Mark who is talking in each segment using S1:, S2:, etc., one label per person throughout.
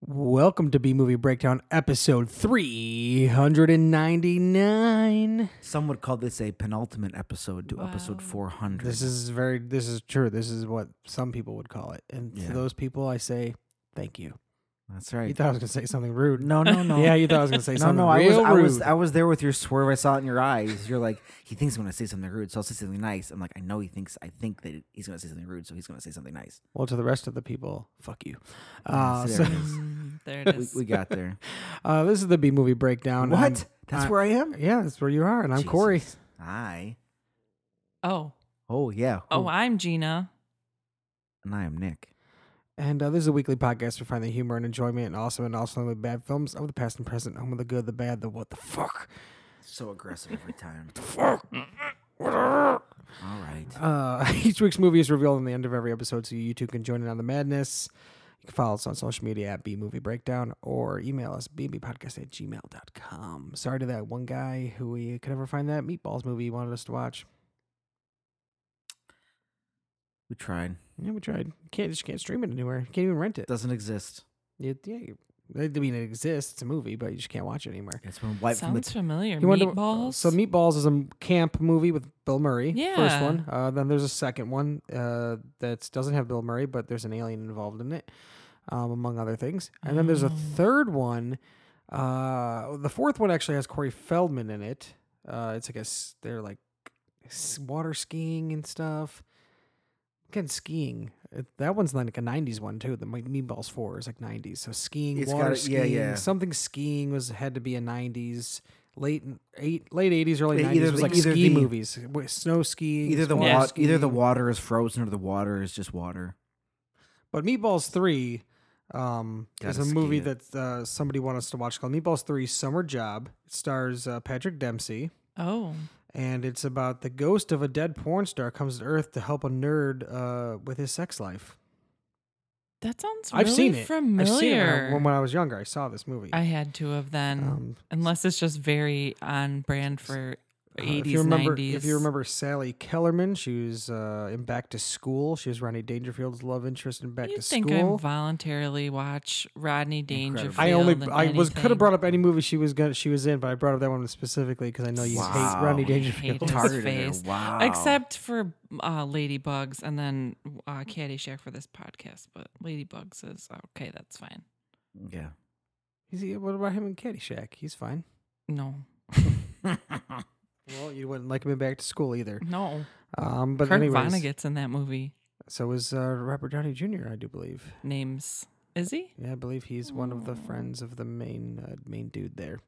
S1: Welcome to B Movie Breakdown, episode 399.
S2: Some would call this a penultimate episode to episode 400.
S1: This is very, this is true. This is what some people would call it. And
S2: Yeah.
S1: for those people, I say thank you.
S2: That's
S1: You
S2: right.
S1: thought I was going to say something rude.
S2: No, no, no.
S1: Yeah, you thought I was going to say
S2: no,
S1: something
S2: no. I was,
S1: real
S2: I was,
S1: rude.
S2: I was there with your swerve. I saw it in your eyes. You're like, he thinks I'm gonna say something rude, so I'll say something nice. I'm like, I know he thinks. I think that he's gonna say something rude, so he's gonna say something nice.
S1: well, to the rest of the people, fuck you.
S2: Yeah,
S1: Uh,
S2: so
S1: so,
S2: there it is.
S3: Mm, there it
S2: We,
S3: is.
S2: we got there.
S1: uh, this is the B Movie Breakdown. I'm-
S2: what? That's
S1: I-
S2: where I am.
S1: yeah, that's where you are. And I'm Corey.
S2: Jesus. I.
S3: oh,
S2: Oh yeah.
S3: oh, I'm Gina.
S2: And I am Nick.
S1: And uh, this is a weekly podcast to find the humor and enjoyment and awesome and also the bad films of the past and present, home of the good, the bad, the what the fuck.
S2: So aggressive every time. All right.
S1: Uh, each week's movie is revealed in the end of every episode, so you two can join in on the madness. You can follow us on social media at B Movie Breakdown or email us bbpodcast at gmail.com. Sorry to that one guy who we could never find that Meatballs movie he wanted us to watch.
S2: We tried.
S1: Yeah, we tried. You can't just can't stream it anywhere. You can't even rent it.
S2: Doesn't exist.
S1: It- yeah, you- I mean it exists. It's a movie, but you just can't watch it anywhere.
S2: It's been wiped from the
S3: Sounds familiar.
S1: You wanna-
S3: Meatballs.
S1: so Meatballs is a m- camp movie with Bill Murray. First
S3: Yeah.
S1: one. Uh, then there's a second one uh, that doesn't have Bill Murray, but there's an alien involved in it, um, among other things. And then there's a
S3: Oh.
S1: third one. Uh, the fourth one actually has Corey Feldman in it. Uh, it's like a s- they're like s- water skiing and stuff. Again, skiing. Uh, That one's like a '90s one too. The Meat- Meatballs Four is like '90s, so skiing,
S2: It's
S1: water
S2: gotta- yeah,
S1: skiing,
S2: yeah.
S1: something skiing was had to be a '90s late eight late eighties, early
S2: Yeah,
S1: nineties.
S2: either
S1: It was
S2: the-
S1: like
S2: either
S1: ski
S2: the-
S1: movies, w- snow skiing,
S2: either the
S1: water
S2: wa- either the
S1: skiing.
S2: water is frozen or the water is just water.
S1: But Meatballs Three um, is
S2: Gotta
S1: a
S2: ski
S1: movie
S2: it.
S1: that uh, somebody wanted us to watch called Meatballs Three: Summer Job. It stars uh, Patrick Dempsey,
S3: oh,
S1: and it's about the ghost of a dead porn star comes to Earth to help a nerd uh, with his sex life.
S3: that sounds
S1: I've
S3: really
S1: seen it.
S3: familiar.
S1: I've seen it when I- when, when I was younger. I saw this movie.
S3: I had two of them,
S1: Um,
S3: unless it's just very on brand for
S1: Uh, if
S3: eighties,
S1: you remember,
S3: nineties.
S1: If you remember Sally Kellerman, she was uh, in Back to School. She was Ronnie Dangerfield's love interest in Back
S3: you
S1: to
S3: think I
S1: School.
S3: voluntarily watch Rodney Dangerfield?
S2: Incredible.
S1: I only
S3: and
S1: I was could have
S3: anything?
S1: brought up any movie she was gonna she was in, but I brought up that one specifically because I know you hate
S2: Wow.
S1: Rodney
S2: I hate
S1: Dangerfield.
S3: his
S2: Targeted her.
S3: face.
S2: Wow.
S3: Except for uh, ladybugs and then uh, Caddyshack for this podcast, but ladybugs is okay. That's fine.
S2: yeah.
S1: Is he- what about him in Caddyshack? He's fine.
S3: No,
S1: Well, you wouldn't like him in Back to School either.
S3: no.
S1: Um, but
S3: Kurt
S1: anyways,
S3: Vonnegut's in that movie.
S1: so is uh, Robert Downey Jr. I do believe.
S3: Names is he?
S1: Yeah, I believe he's one of the friends of the main uh, main dude there.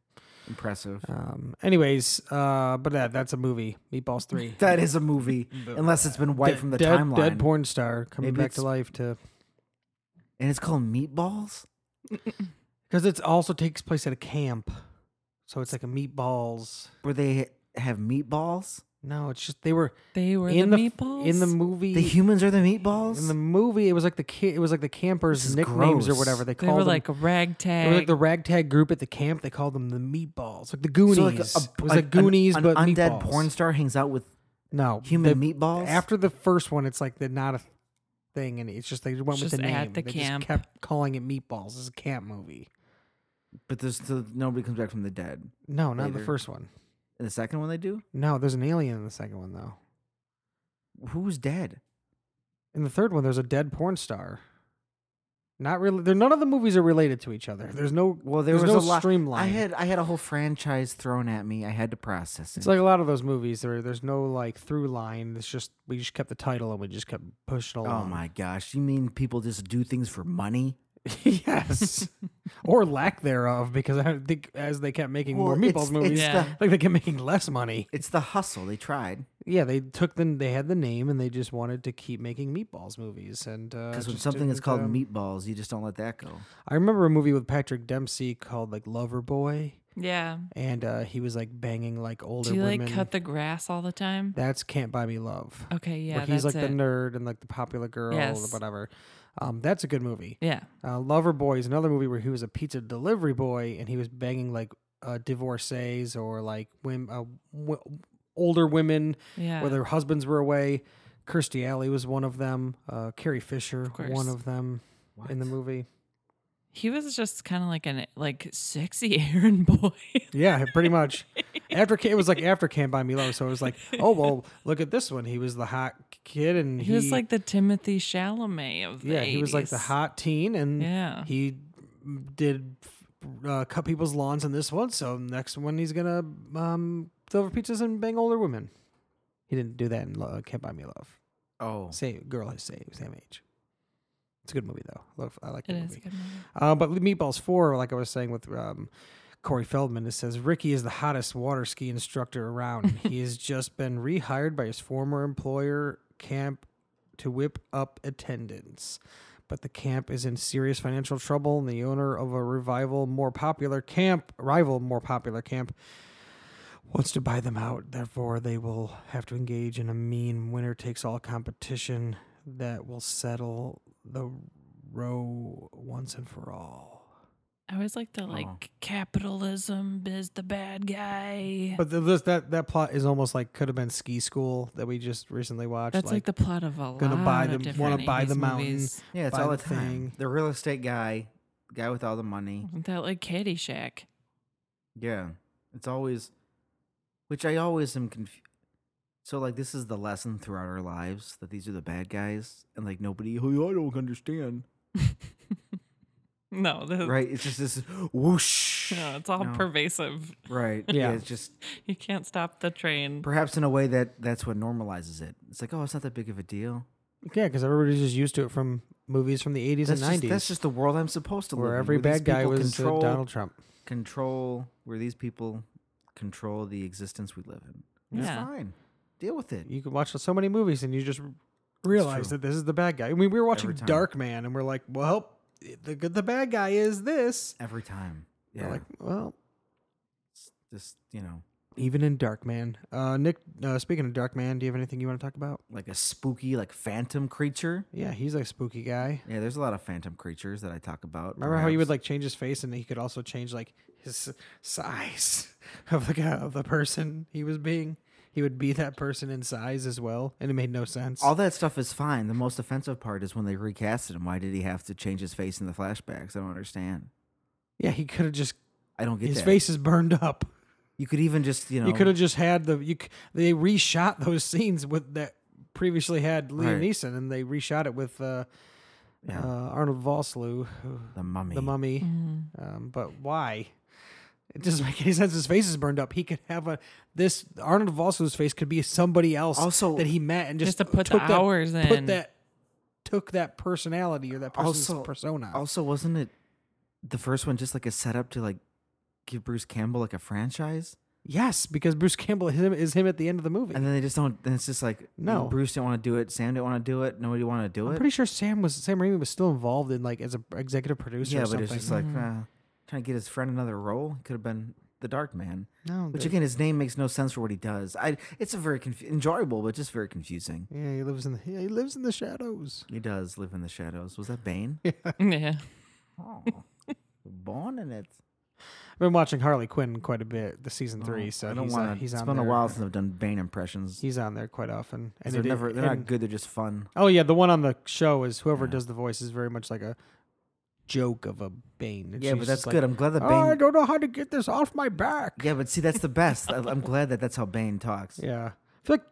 S2: Impressive.
S1: Um, anyways, uh, but that that's a movie. Meatballs three.
S2: That is a movie, unless it's been wiped
S1: uh, Dead-
S2: from the
S1: dead,
S2: timeline.
S1: Dead porn star coming
S2: Maybe
S1: back to
S2: it's-
S1: life to
S2: and it's called Meatballs.
S1: because it also takes place at a camp, so it's like a meatballs.
S2: Where they have meatballs.
S1: No, it's just they were
S3: They were
S1: in
S3: the,
S1: the, f-
S3: meatballs
S1: in the movie.
S2: The humans are the meatballs.
S1: in the movie, it was like the ki- it was like the
S2: This
S1: campers'
S2: is
S1: nicknames or
S2: gross.
S1: whatever they
S3: They
S1: called
S3: were
S1: them.
S3: like a ragtag.
S1: they were like the ragtag group at the camp. They called them the meatballs, like the Goonies. it was like
S2: an-
S1: Goonies,
S2: an,
S1: but
S2: undead
S1: meatballs.
S2: porn star hangs out with
S1: No,
S2: human
S1: they-
S2: meatballs.
S1: After the first one, it's like they're not a thing, and it's just they went with
S3: Just
S1: the name.
S3: at the
S1: they
S3: camp.
S1: just kept calling it meatballs. It's a camp movie.
S2: but there's still, nobody comes back from the dead.
S1: No, not the
S2: Later.
S1: first one.
S2: And the second one they do.
S1: No, there's an alien in the second one though.
S2: Who's dead?
S1: In the third one, there's a dead porn star. Not really. They're, none of the movies are related to each other. There's no.
S2: Well, there
S1: there's
S2: was
S1: no
S2: a lot.
S1: streamline.
S2: I had I had a whole franchise thrown at me. I had to process it.
S1: It's like a lot of those movies. There, there's no like through line. It's just we just kept the title and we just kept pushing
S2: oh
S1: along.
S2: my gosh! You mean people just do things for money?
S1: yes, or lack thereof, because I think as they kept making more
S2: Well,
S1: meatballs
S2: it's-
S1: movies,
S2: It's,
S3: Yeah.
S2: the,
S1: like they kept making less money.
S2: it's the hustle. They tried.
S1: Yeah, they took the they had the name and they just wanted to keep making meatballs movies. And uh,
S2: Because
S1: because
S2: when something is called
S1: um,
S2: meatballs, you just don't let that go.
S1: I remember a movie with Patrick Dempsey called like Lover Boy,
S3: yeah.
S1: and uh, he was like banging like older
S3: Do you
S1: women.
S3: like cut the grass all the time?
S1: That's Can't Buy Me Love.
S3: Okay, yeah,
S1: where he's
S3: that's
S1: like the
S3: it.
S1: nerd and like the popular girl,
S3: Yes.
S1: whatever. Um, that's a good movie.
S3: yeah,
S1: Uh, Lover Boy is another movie where he was a pizza delivery boy and he was banging like uh, divorcees or like women, uh, w- older women
S3: yeah.
S1: where their husbands were away. Kirstie Alley was one of them. Uh, Carrie Fisher,
S3: course.
S1: one of them in the movie.
S3: He was just kind of like an like sexy errand boy.
S1: Yeah, pretty much. After Ca- it was like after Can't Buy Me Love, so it was like, oh well, look at this one. He was the hot kid, and
S3: he was like the Timothy Chalamet of the
S1: yeah, he was like the
S3: 80s.
S1: hot teen, and
S3: Yeah.
S1: he did uh, cut people's lawns in this one. So next one, he's gonna um, deliver pizzas and bang older women. He didn't do that in Lo- uh, Can't Buy Me Love.
S2: Oh,
S1: Same girl, his same same age. It's a good movie though. I love- I like
S3: It
S1: that
S3: is
S1: movie.
S3: a good movie.
S1: Uh, but Meatballs 4, like I was saying with um, Corey Feldman, it says Ricky is the hottest water ski instructor around. he has just been rehired by his former employer, Camp, to whip up attendance. But the camp is in serious financial trouble, and the owner of a revival, more popular camp, rival, more popular camp, wants to buy them out. Therefore, they will have to engage in a mean winner takes all competition that will settle the row once and for all.
S3: I always like the like capitalism is the bad guy.
S1: But th this, that that plot is almost like could have been Ski School that we just recently watched.
S3: That's like, the plot of a
S1: gonna
S3: lot
S1: buy
S3: of
S1: the-
S3: different
S1: wanna buy the
S3: 80s
S1: mountain.
S3: movies.
S2: yeah, it's
S1: Buy
S2: all
S1: the
S2: the time.
S1: thing.
S2: The real estate guy, guy with all the money.
S3: Isn't that like Caddyshack?
S2: Yeah, it's always, which I always am confused. So like, this is the lesson throughout our lives that these are the bad guys, and like nobody, oh, I don't understand.
S3: No, the,
S2: Right? It's just this whoosh.
S3: no, it's all
S2: No.
S3: pervasive.
S2: Right.
S1: Yeah.
S2: yeah. It's just
S3: You can't stop the train.
S2: perhaps in a way that that's what normalizes it. It's like, oh, it's not that big of a deal.
S1: yeah, because everybody's just used to it from movies from the '80s
S2: That's
S1: and
S2: just,
S1: '90s,
S2: that's just the world I'm supposed to live
S1: where
S2: in,
S1: every
S2: these
S1: bad guy
S2: people
S1: was uh,
S2: control,
S1: Donald Trump.
S2: control where these people control the existence we live in. It's
S3: Yeah.
S2: fine. Deal with it.
S1: You could watch so many movies and you just realize
S2: true.
S1: that this is the bad guy. I mean, we were watching
S2: Every time.
S1: Dark Man, and we're like, well, the good- the bad guy is this.
S2: Every time.
S1: We're
S2: Yeah.
S1: like, well,
S2: just you know,
S1: even in Dark Man, uh, Nick. Uh, speaking of Dark Man, do you have anything you want to talk about?
S2: like a spooky, like phantom creature.
S1: Yeah, he's a spooky guy.
S2: Yeah, there's a lot of phantom creatures that I talk about.
S1: Remember how he would
S2: perhaps.
S1: like change his face, and he could also change like his size of the guy, of the person he was being. He would be that person in size as well, and it made no sense.
S2: all that stuff is fine. The most offensive part is when they recasted him. Why did he have to change his face in the flashbacks? I don't understand.
S1: yeah, he could have just
S2: I don't get
S1: his
S2: that.
S1: face is burned up.
S2: You could even just you know
S1: You could have just had the you. c- They reshot those scenes with that previously had Liam
S2: Right.
S1: Neeson, and they reshot it with uh,
S2: Yeah.
S1: uh, Arnold Vosloo, who-
S2: the mummy.
S1: the Mummy.
S3: Mm-hmm.
S1: Um, but why? It doesn't make any sense. His face is burned up. He could have a this Arnold Vosloo's face could be somebody else
S2: Also-
S1: that he met and just
S3: Just to put the
S1: took that,
S3: hours
S1: put
S3: in.
S1: that took that personality or that person's
S2: Also-
S1: persona.
S2: Also, wasn't it the first one just like a setup to like give Bruce Campbell like a franchise,
S1: yes, because Bruce Campbell him is him at the end of the movie.
S2: and then they just don't. Then it's just like
S1: No.
S2: Bruce didn't want to do it. Sam didn't want to do it. Nobody wanted to do
S1: I'm
S2: it.
S1: pretty sure Sam was Sam Raimi was still involved in like as an executive producer. or
S2: yeah, but
S1: something.
S2: it's just like uh, trying to get his friend another role. He could have been the Dark Man,
S1: no,
S2: which
S1: the-
S2: again, his name makes no sense for what he does. I it's a very conf- enjoyable, but just very confusing.
S1: yeah, he lives in the yeah, he lives in the shadows.
S2: He does live in the shadows. Was that Bane?
S3: Yeah.
S2: oh, born in it.
S1: I've been watching Harley Quinn quite a bit, the season three.
S2: Oh,
S1: So
S2: I don't
S1: he's, uh,
S2: want to.
S1: he's
S2: It's
S1: on
S2: been a
S1: there.
S2: while since I've done Bane impressions.
S1: He's on there quite often,
S2: 'Cause
S1: it
S2: they're
S1: i-
S2: never. They're
S1: and-
S2: not good. They're just fun.
S1: Oh yeah, the one on the show is whoever
S2: Yeah.
S1: does the voice is very much like a joke of a Bane. And
S2: Yeah,
S1: she's
S2: but
S1: just
S2: that's
S1: like,
S2: good. I'm glad that
S1: "Oh, I
S2: Bane.
S1: don't know how to get this off my back.
S2: Yeah, but see, that's the best. I, I'm glad that that's how Bane talks.
S1: yeah. I feel like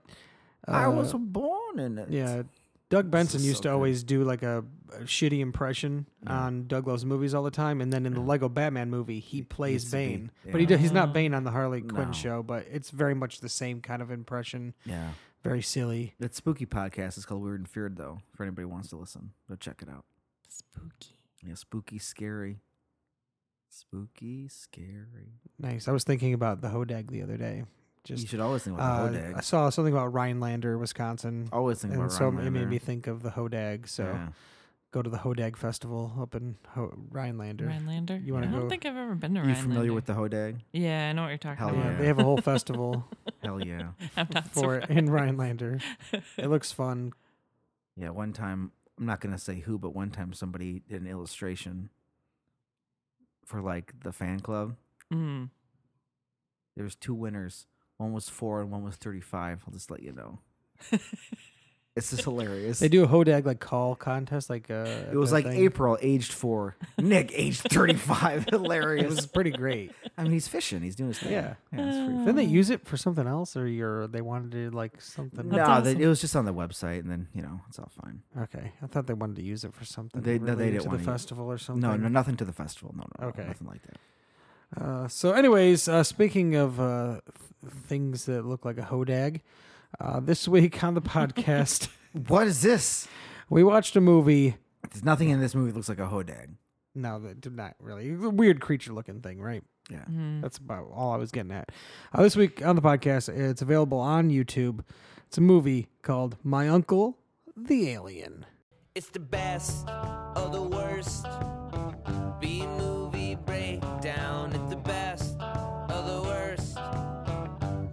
S2: I
S1: uh,
S2: was born in it.
S1: yeah. Doug Benson
S2: is
S1: used
S2: so
S1: to
S2: good.
S1: always do like a, a shitty impression on Doug Love's movies all the time, and then in the Lego Batman movie, he plays
S2: gets to be-
S1: Bane, but he
S2: yeah.
S1: do, he's not Bane on the Harley Quinn
S2: No.
S1: show, but it's very much the same kind of impression,
S2: yeah.
S1: very silly.
S2: That spooky podcast is called Weird and Feared, though. For anybody who wants to listen, go check it out.
S3: Spooky.
S2: Yeah, spooky, scary, spooky, scary.
S1: Nice. I was thinking about the Hodag the other day. Just
S2: you should always think
S1: Uh,
S2: about the
S1: I
S2: Hodag.
S1: saw something about Rhinelander, Wisconsin.
S2: Always think
S1: and
S2: about
S1: so
S2: Rhinelander.
S1: it made me think of the Hodag. So
S2: Yeah.
S1: go to the Hodag Festival up in Ho- Rhinelander.
S3: Rhinelander.
S1: You wanna
S3: I
S1: go-
S3: don't think I've ever been to
S2: You
S3: Rhinelander.
S2: familiar with the Hodag?
S3: Yeah, I know what you're talking
S2: Hell
S1: Yeah,
S3: about.
S2: Oh, yeah.
S1: Uh, They have a whole festival
S2: Hell yeah.
S3: I'm not
S1: for it
S3: surprised.
S1: in Rhinelander. It looks fun.
S2: Yeah, one time, I'm not going to say who, but one time somebody did an illustration for like the fan club.
S3: Mm.
S2: There was two winners. One was four and one was 35. I'll just let you know. It's just hilarious.
S1: They do a hodag like call contest, like uh,
S2: It was like April, aged four. Nick, aged thirty-five.
S1: It
S2: hilarious.
S1: was pretty great.
S2: I mean, he's fishing. He's doing his thing.
S1: Yeah. Uh,
S2: it's pretty
S1: Didn't they use it for something else, or you're they wanted to like something?
S2: No,
S3: That's
S2: they,
S3: awesome.
S2: it was just on the website, and then you know it's all fine.
S1: Okay, I thought they wanted to use it for something.
S2: They- no, they
S1: related
S2: didn't
S1: to
S2: wanna
S1: the
S2: use it.
S1: festival or something.
S2: No, no, nothing to the festival. No, no, no,
S1: Okay.
S2: nothing like that.
S1: Uh, so, anyways, uh, speaking of uh, th- things that look like a hodag, uh, this week on the podcast,
S2: What is this?
S1: we watched a movie.
S2: There's nothing in this movie that looks like a hodag.
S1: No, that did not really. A weird creature looking thing, right?
S2: Yeah,
S1: That's about all I was getting at. Uh, this week on the podcast, it's available on YouTube. It's a movie called My Uncle the Alien.
S4: It's the best of the worst. B movie breakdown. It's the best of the worst.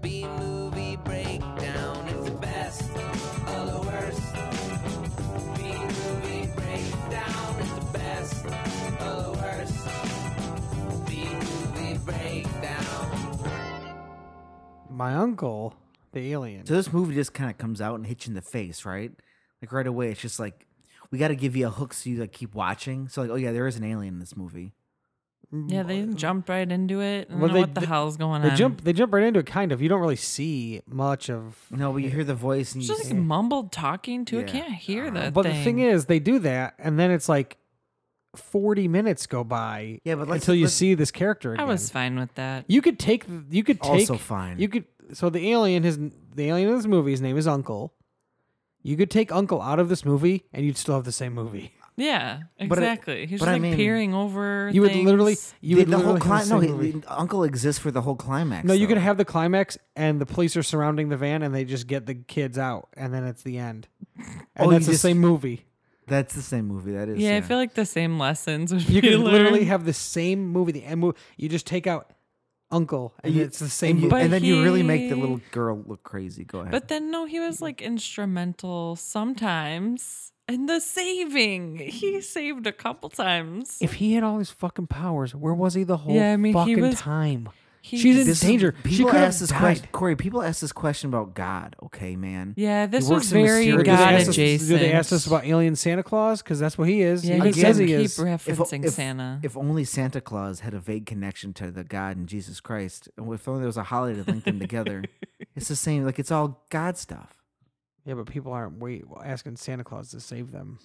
S4: B movie breakdown. It's the best of the worst. B movie breakdown. It's the best of the worst. B movie breakdown.
S1: My Uncle the Alien.
S2: So this movie just kind of comes out and hits you in the face, right? Like right away, it's just like we got to give you a hook so you like keep watching. So like, oh yeah, there is an alien in this movie.
S3: Yeah, they jumped right into it. I don't
S1: Mm. Well,
S3: know
S1: they-
S3: what the
S1: they-
S3: hell's going
S1: They
S3: on.
S1: jump. They jump right into it. Kind of. You don't really see much of.
S2: No, but you hear the voice and
S3: It's
S2: you
S3: just mumbled talking to. I
S2: Yeah.
S3: can't hear that.
S1: Uh, But the thing is, they do that, and then it's like forty minutes go by.
S2: Yeah, but let's-
S1: until you
S2: let's-
S1: see this character again.
S3: I was fine with that.
S1: You could take. the- You could take.
S2: Also fine.
S1: You could. So the alien, his the alien in this movie, his name is Uncle. You could take Uncle out of this movie, and you'd still have the same movie.
S3: Yeah,
S2: But I-
S3: exactly. He's
S2: but
S3: just
S2: I
S3: like
S2: mean,
S3: peering over.
S1: You would literally.
S3: things.
S1: You
S2: The-
S1: would
S2: the whole
S1: literally have
S2: climax.
S1: the
S2: No,
S1: same
S2: he-
S1: movie.
S2: he- Uncle exists for the whole climax.
S1: No, you
S2: though.
S1: could have the climax, and the police are surrounding the van, and they just get the kids out, and then it's the end. And
S2: Oh,
S1: that's
S2: you
S1: the
S2: just-
S1: same movie.
S2: That's the same movie. That is.
S3: Yeah, I feel like the same lessons. Would
S1: You
S3: be
S1: could literally
S3: learned.
S1: have the same movie, the end movie. You just take out Uncle, and
S2: You-
S1: it's the same
S2: you-
S1: movie.
S3: But
S2: and then you really make the
S3: he-
S2: little girl look crazy. Go ahead.
S3: But then no, he
S2: Mm-hmm.
S3: was like instrumental sometimes in the saving.
S2: Mm-hmm.
S3: He saved a couple times.
S1: if he had all these fucking powers, where was he the whole
S3: Yeah, I mean, he
S1: fucking
S3: was-
S1: time?
S3: He
S1: She's in
S2: This is-
S1: danger. She
S2: People
S1: could have
S2: ask this
S1: died.
S2: question, Corey. People ask this question about God. Okay, man.
S3: Yeah, this
S2: works
S3: was
S2: in
S3: very
S1: Did
S2: mysterious
S1: they
S3: God
S1: ask us-
S2: places.
S3: adjacent.
S1: Did they ask us about alien Santa Claus? Because that's what he is.
S3: Yeah,
S1: he
S3: he
S2: Again,
S1: says
S3: doesn't
S1: he
S3: keep
S1: is.
S2: If-
S3: referencing
S2: if-
S3: Santa.
S2: If only Santa Claus had a vague connection to the God and Jesus Christ, and if only there was a holiday that linked them together. It's the same. Like it's all God stuff.
S1: yeah, but people aren't wait asking Santa Claus to save them,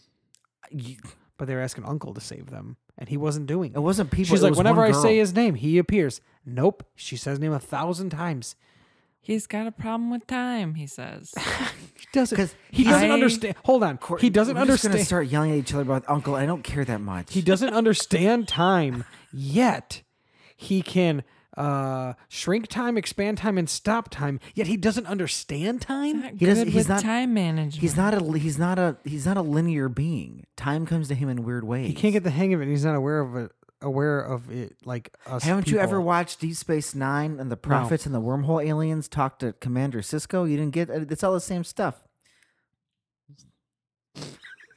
S2: You-
S1: but they're asking Uncle to save them, and he wasn't doing.
S2: It wasn't people.
S1: She's
S2: it
S1: like,
S2: was
S1: whenever
S2: one
S1: I say
S2: girl.
S1: his name, he appears. Nope, she says his name a thousand times.
S3: He's got a problem with time, he says.
S1: He doesn't.
S2: 'Cause
S1: He doesn't
S3: I-
S1: understand. Hold on.
S2: Corey,
S1: he doesn't
S2: we're Just
S1: understand.
S2: gonna start yelling at each other about Uncle. I don't care that much.
S1: He doesn't understand time yet. He can uh shrink time, expand time, and stop time. Yet he doesn't understand time.
S3: Not
S2: He doesn't-
S3: good
S2: he's
S3: with
S2: not-
S3: time management.
S2: He's not a. He's not a. He's not a linear being. Time comes to him in weird ways.
S1: He can't get the hang of it. and He's not aware of it. Aware of it, like us.
S2: Haven't you ever
S1: people.
S2: watched Deep Space Nine and the prophets and the wormhole aliens talk to Commander Cisco? You didn't get it's all the same stuff.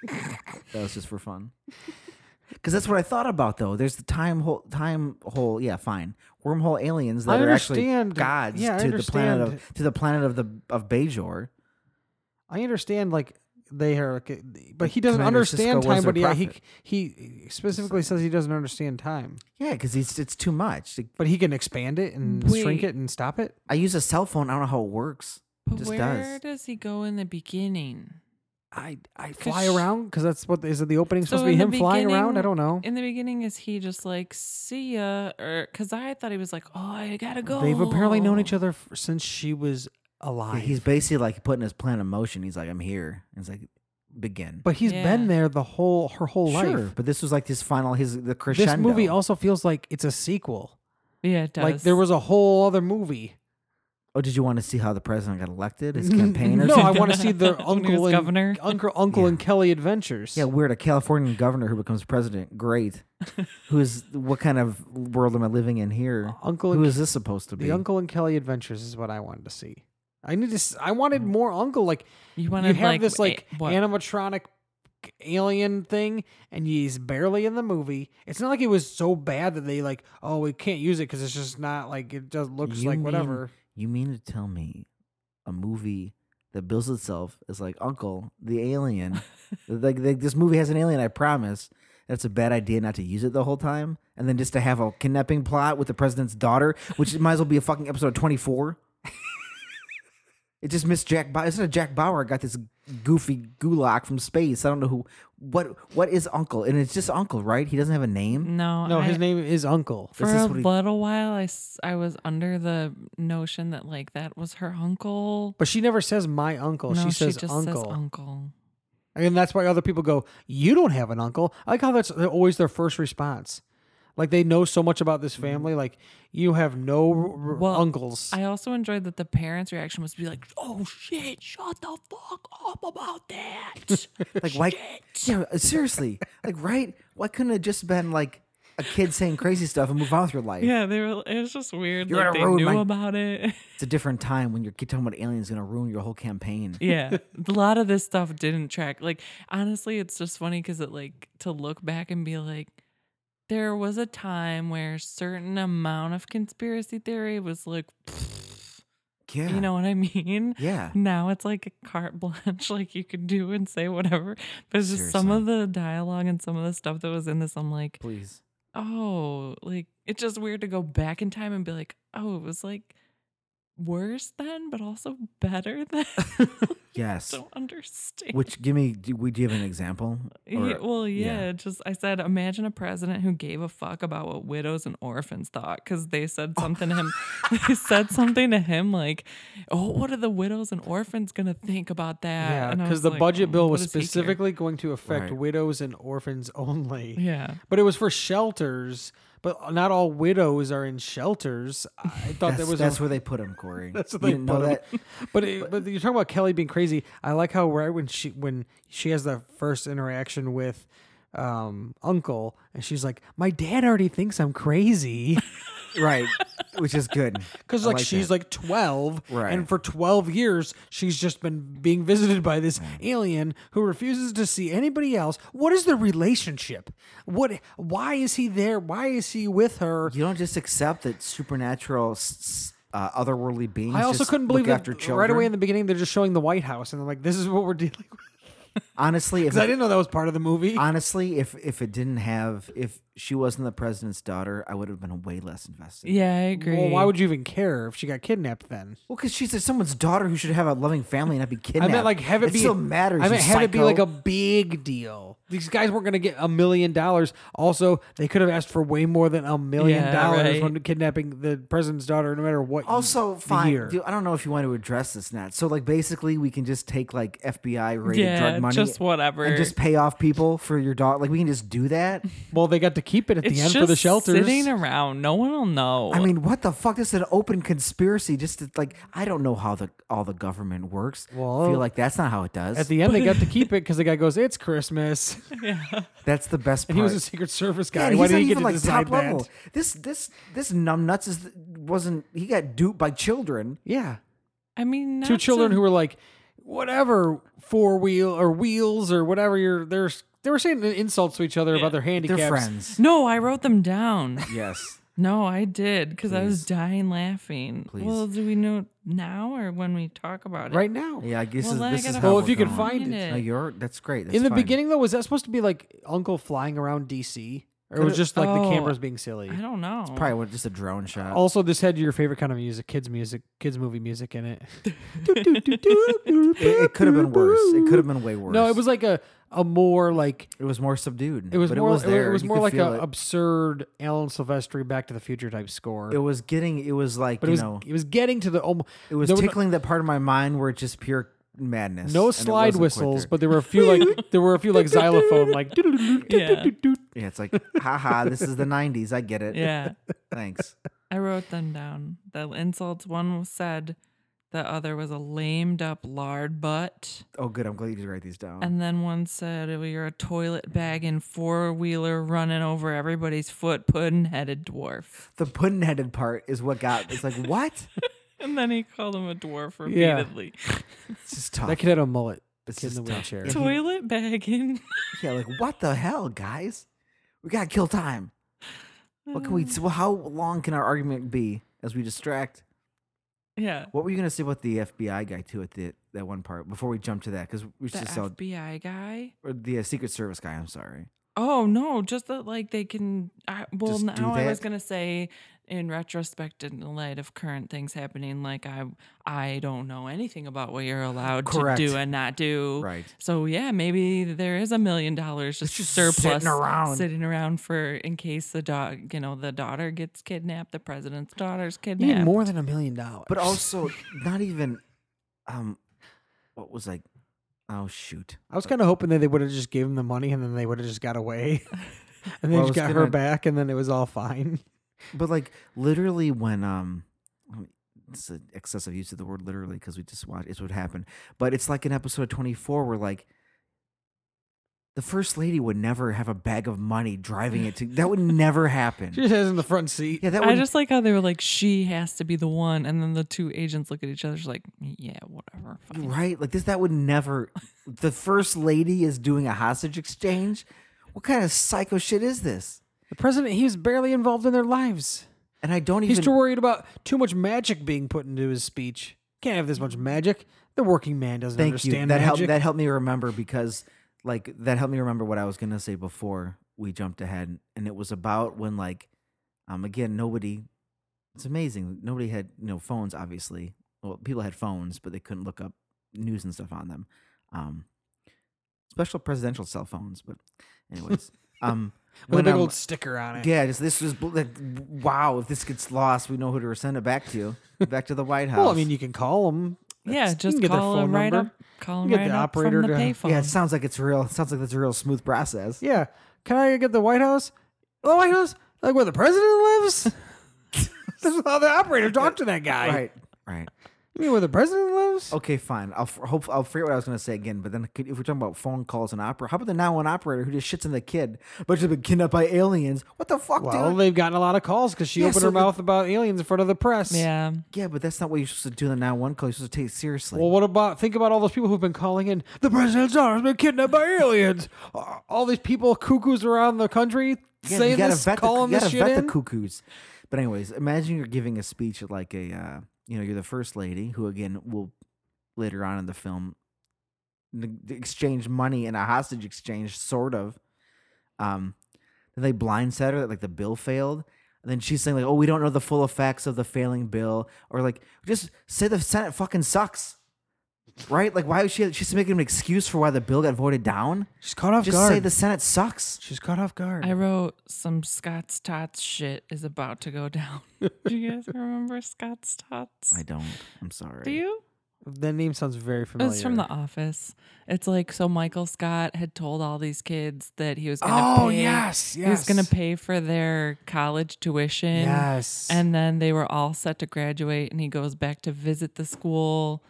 S2: that was just for fun. Because that's what I thought about though. There's the time hole, time hole. Yeah, fine. Wormhole aliens
S1: I
S2: that are actually
S1: understand-
S2: gods
S1: yeah, I
S2: to the planet of
S1: understand.
S2: to the planet of the of Bajor.
S1: I understand, like they are, but he doesn't
S2: Commander Sisko
S1: understand
S2: was
S1: time.
S2: their
S1: But yeah, he
S2: prophet.
S1: he specifically says he doesn't understand time,
S2: Yeah, because it's it's too much. Like,
S1: but he can expand it and shrink
S3: Wait.
S1: it and stop it.
S2: I use a cell phone. I don't know how it works. It
S3: but
S2: just
S3: where
S2: does.
S3: he go in the beginning?
S1: I I
S3: 'Cause
S1: fly
S3: sh-
S1: around because that's what is it the opening supposed to
S3: in
S1: be
S3: the
S1: him flying around? I
S3: beginning-
S1: don't know.
S3: In the beginning, is he just like see ya, or because I thought he was like, oh, I gotta go.
S1: They've apparently known
S3: Oh.
S1: each other f- since she was alive.
S2: Yeah, he's basically like putting his plan in motion. He's like, I'm here. And it's like, begin.
S1: but he's
S3: Yeah.
S1: been there the whole her whole life.
S2: But this was like his final, his the crescendo.
S1: This movie also feels like it's a sequel.
S3: Yeah, it does.
S1: Like there was a whole other movie.
S2: Oh, did you want to see how the president got elected? His campaign? Or
S1: no, I
S2: something?
S1: want to see the
S3: When he
S1: uncle and
S3: was governor.
S1: uncle uncle and Kelly adventures.
S2: Yeah, weird. A Californian governor who becomes president. Great. Who's what kind of world am I living in here?
S1: uncle and
S2: Who is this supposed to be?
S1: Oh, the uncle and Kelly adventures is what I wanted to see. I need to. s- I
S3: Mm.
S1: wanted more uncle. Like
S3: You
S1: you
S3: wanted
S1: have
S3: like
S1: this
S3: a-
S1: like
S3: what?
S1: animatronic alien thing and he's barely in the movie it's not like it was so bad that they like oh we can't use it because it's just not like it just looks
S2: You
S1: like
S2: mean-
S1: whatever
S2: You mean to tell me a movie that bills itself as like Uncle the Alien. like, like this movie has an alien, I promise. That's a bad idea not to use it the whole time, and then just to have a kidnapping plot with the president's daughter, which might as well be a fucking episode of Twenty Four. It just missed Jack. Bauer. It's not a Jack Bauer. Got this goofy gulak from space. I don't know who. What? What is Uncle? And it's just Uncle, right? He doesn't have a name.
S3: No,
S1: No,
S3: I,
S1: his name is Uncle.
S3: For
S2: This is
S3: a
S2: what he-
S3: little while, I, s- I was under the notion that like that was her uncle.
S1: But she never says my uncle.
S3: no,
S1: she says
S3: just
S1: uncle.
S3: says uncle.
S1: And that's why other people go, You don't have an uncle. I like how that's always their first response. Like they know so much about this family. Like you have no r- r-
S3: Mm. Well,
S1: uncles.
S3: I also enjoyed that the parents' reaction was to be like, "Oh shit, shut the fuck up about that."
S2: Like why? Yeah, seriously. Like right? Why couldn't it just been like a kid saying crazy stuff and move on with your life?
S3: yeah, they were. It was just weird.
S2: You're
S3: Like,
S2: gonna
S3: they
S2: ruin
S3: knew
S2: my-
S3: about it.
S2: It's a different time when your kid talking about aliens gonna ruin your whole campaign.
S3: yeah, a lot of this stuff didn't track. Like honestly, it's just funny because it like to look back and be like. There was a time where certain amount of conspiracy theory was like,
S2: Yeah.
S3: you know what I mean?
S2: Yeah.
S3: now it's like a carte blanche like you could do and say whatever but it's just some of the dialogue and some of the stuff that was in this i'm like
S2: Please.
S3: oh like it's just weird to go back in time and be like oh it was like worse then but also better then
S2: Yes.
S3: don't understand
S2: Which give me? Do, we do you have an example?
S3: Ye-
S2: Or-
S3: well yeah,
S2: yeah.
S3: it just i said imagine a president who gave a fuck about what widows and orphans thought because they said
S1: Oh.
S3: something to him they said something to him like oh what are the widows and orphans gonna think about that
S1: yeah,
S3: And I
S1: because the
S3: like,
S1: budget
S3: "Oh,
S1: bill
S3: what
S1: was
S3: does he care?"
S1: specifically going to affect
S2: Right.
S1: widows and orphans only.
S3: yeah
S1: But it was for shelters. But not all widows are in shelters. I thought
S2: That's,
S1: that was a-
S2: that's where they put him, Corey.
S1: That's what
S2: You
S1: they
S2: didn't know
S1: put 'em.
S2: that.
S1: But it, but you're talking about Kelly being crazy. I like how right when she when she has the first interaction with um uncle and she's like my dad already thinks i'm crazy
S2: right which is good
S1: because
S2: I
S1: like, she's
S2: that.
S1: like 12
S2: Right.
S1: and for 12 years she's just been being visited by
S2: Mm.
S1: this alien who refuses to see anybody else what is the relationship what why is he there why is he with her
S2: you don't just accept that supernatural s- s- uh, otherworldly beings
S1: i also
S2: just
S1: couldn't believe
S2: look
S1: that
S2: after children
S1: right away in the beginning they're just showing the white house and they're like this is what we're dealing with 'Cause
S2: honestly if
S1: i didn't know that was part of the movie
S2: honestly if if it didn't have if she wasn't the president's daughter i would have been way less invested
S3: Yeah, I agree.
S1: Well, why would you even care if she got kidnapped then?
S2: well because she's someone's daughter who should have a loving family and not be
S1: I
S2: kidnapped
S1: meant like have it,
S2: it
S1: be
S2: still matters
S1: I meant
S2: you
S1: have it be like a
S2: psycho.
S1: big deal. These guys weren't going to get a million dollars. Also, they could have asked for way more than a million
S3: Yeah,
S1: dollars
S3: right.
S1: when kidnapping the president's daughter, no matter what.
S2: also
S1: the
S2: fine
S1: year.
S2: dude, i don't know if you want to address this or not so like basically we can just take like fbi rated
S3: Yeah,
S2: drug money
S3: just whatever.
S2: and just pay off people for your dog like we can just do that
S1: well, they got to keep it at
S3: it's
S1: the end
S3: just
S1: for the shelters.
S3: sitting around. No one will know.
S2: I mean, what the fuck? This is an open conspiracy. Just to, like I don't know how the all the government works. I
S1: Well-
S2: feel like that's not how it does.
S1: at the end, they got to keep it because the guy goes, "It's Christmas,"
S2: that's the best part.
S1: and he was a Secret Service
S2: Yeah,
S1: guy.
S2: and
S1: Why
S2: he's
S1: did
S2: not
S1: he get
S2: even,
S1: to
S2: like,
S1: decide that?
S2: top level. This this this numbnuts is wasn't he got duped by children?
S1: Yeah,
S3: I mean,
S1: two children who were like, whatever four wheel or wheels or whatever you're they're they were saying insults to each other about their
S2: They're
S1: handicaps.
S2: friends.
S3: No, I wrote them down.
S2: Yes.
S3: no, I did because I was
S2: Please.
S3: dying laughing.
S2: Please.
S3: Well, do we know now or when we talk about it?
S1: Right now.
S2: Yeah, I guess
S3: Well,
S2: is-
S3: then I
S2: this is
S3: gotta
S2: how
S1: Well, if
S2: we're
S1: you could
S2: going.
S1: find it.
S2: No, you're that's great. That's
S1: In the
S2: fine.
S1: beginning though, was that supposed to be like Uncle flying around DC? Or it was
S2: Could've-
S1: just like the
S3: Oh,
S1: cameras being silly?
S3: I don't know.
S2: probably was just a drone shot.
S1: Also, this had your favorite kind of music, kids music, kids movie music in it.
S2: it, it could have been worse. It could have been way worse.
S1: No, it was like a a more like
S2: it was more subdued.
S1: it was
S2: but
S1: more
S2: it was there.
S1: it was
S2: You
S1: more
S2: could
S1: like
S2: feel
S1: a
S2: it.
S1: absurd Alan Silvestri Back to the Future type score.
S2: It was getting. It was like
S1: but it
S2: you
S1: was
S2: know.
S1: it was getting to the almost
S2: It was
S1: there were no-
S2: tickling that part of my mind where it's just pure madness.
S1: No
S2: and it
S1: slide
S2: wasn't
S1: whistles,
S2: quicker.
S1: but there were a few like there were a few like xylophone like
S3: Yeah.
S2: yeah, it's like, haha, this is the '90s. I get it.
S3: Yeah,
S2: thanks.
S3: I wrote them down. The insults one said, the other was a lamed up lard butt.
S2: Oh, good. I'm glad you did write these down.
S3: And then one said, "Oh, "You're a toilet bag and four wheeler running over everybody's foot, puddin headed dwarf."
S2: the puddin-headed part is what got. It's like what?
S3: And then he called him a dwarf
S1: Yeah.
S3: repeatedly.
S2: It's just tough.
S1: that kid had a mullet.
S2: it's
S1: kid in
S2: just
S1: the
S2: tough.
S1: wheelchair.
S2: Yeah, he-
S3: Toilet bagging.
S2: yeah, like what the hell, guys? We gotta kill time. What can we?
S3: Mm.
S2: So how long can our argument be as we distract?
S3: Yeah.
S2: What were you gonna say about the FBI guy too at the that one part before we jump to that because we
S3: The
S2: just saw
S3: FBI guy.
S2: or the uh, Secret Service guy. I'm sorry.
S3: Oh no, just that like they can. I, well,
S2: Just do
S3: now I was
S2: that?
S3: gonna say, in retrospect, in the light of current things happening, like I, I don't know anything about what you're allowed
S2: Correct.
S3: to do and not do.
S2: Right.
S3: So yeah, maybe there is a million dollars just,
S2: just sitting
S3: surplus
S2: around.
S3: sitting around for in case the dog, you know, the daughter gets kidnapped, the president's daughter's
S1: You need
S3: kidnapped.
S1: more than a million dollars.
S2: But also, not even. Um, what was like? Oh shoot!
S1: I was kind of hoping that they would have just gave him the money and then they would have just got away. and they
S2: Well,
S1: just
S2: I was
S1: got her
S2: gonna-
S1: back and then it was all fine.
S2: But like literally, when um, um, it's an excessive use of the word literally because we just watched it's what happened. But it's like an episode of Twenty Four where like. The first lady would never have a bag of money driving it to. That would never happen.
S1: She just has in the front seat.
S2: Yeah, that
S3: I
S2: would
S3: just like how they were like, she has to be the one, and then the two agents look at each other, just like, yeah, whatever. fine."
S2: Right? Like this that would never the first lady is doing a hostage exchange. What kind of psycho shit is this?
S1: The president, he was barely involved in their lives.
S2: And I don't even
S1: He's too worried about too much magic being put into his speech. Can't have this much magic. The working man doesn't
S2: thank you. That
S1: understand
S2: helped
S1: magic.
S2: that helped me remember because like that helped me remember what I was gonna say before we jumped ahead. And it was about when like um again nobody it's amazing. Nobody had you know phones obviously. Well people had phones, but they couldn't look up news and stuff on them. Um special presidential cell phones, but anyways. um
S1: With a
S2: when,
S1: big
S2: um,
S1: old sticker on it.
S2: Yeah, just this was bl- like, wow. If this gets lost, we know who to send it back to, back to the White House.
S1: well, I mean, you can call him.
S3: Yeah, just
S1: can get their
S3: call
S1: phone
S3: him right
S1: number.
S3: up. Call him
S1: You get
S3: right
S1: the
S3: up
S1: operator
S3: from the
S1: to-
S3: payphone.
S2: yeah, it sounds like it's real. It sounds like that's a real smooth process.
S1: Yeah. Can I get the White House? The White House? Like where the president lives? this is how the operator talked to that guy.
S2: Right, right.
S1: You mean where the president lives?
S3: Oh,
S2: Okay, fine. I'll f- hope I'll figure out what I was going to say again. But then, could- if we're talking about phone calls and opera, how about the now one operator who just shits on the kid, but she's been kidnapped by aliens? What the fuck,
S1: Well,
S2: dude?
S1: they've gotten a lot of calls because she
S2: Yeah,
S1: opened
S2: so
S1: her
S2: the-
S1: mouth about aliens in front of the press.
S3: yeah.
S2: yeah, but that's not what you're supposed to do. in The now one call you're supposed to take it seriously.
S1: Well, what about think about all those people who've been calling in? The president's daughter has been kidnapped by aliens. Uh, All these people, cuckoos around the country,
S2: Yeah,
S1: saying
S2: you gotta
S1: this,
S2: vet the,
S1: calling
S2: you
S1: this
S2: gotta
S1: shit
S2: vet
S1: in.
S2: the cuckoos. But anyways, imagine you're giving a speech at like a, uh, you know, you're the first lady who again will later on in the film n- exchange money in a hostage exchange, sort of. Um, then they blindsided her that like the bill failed. And then she's saying like, "Oh, we don't know the full effects of the failing bill," or like, "Just say the Senate fucking sucks," right? Like, why was she? She's making an excuse for why the bill got voted down.
S1: She's caught off
S2: Just
S1: guard.
S2: say the Senate sucks.
S1: She's caught off guard.
S3: I wrote some Scott's Tots shit is about to go down. Do you guys remember Scott's Tots?
S2: I don't. I'm sorry.
S3: Do you?
S1: that name sounds very familiar.
S3: It's from The Office. It's like so Michael Scott had told all these kids that he was gonna
S1: Oh,
S3: pay,
S1: yes,
S3: he was gonna
S1: yes.
S3: pay for their college tuition.
S1: Yes.
S3: And then they were all set to graduate and he goes back to visit the school.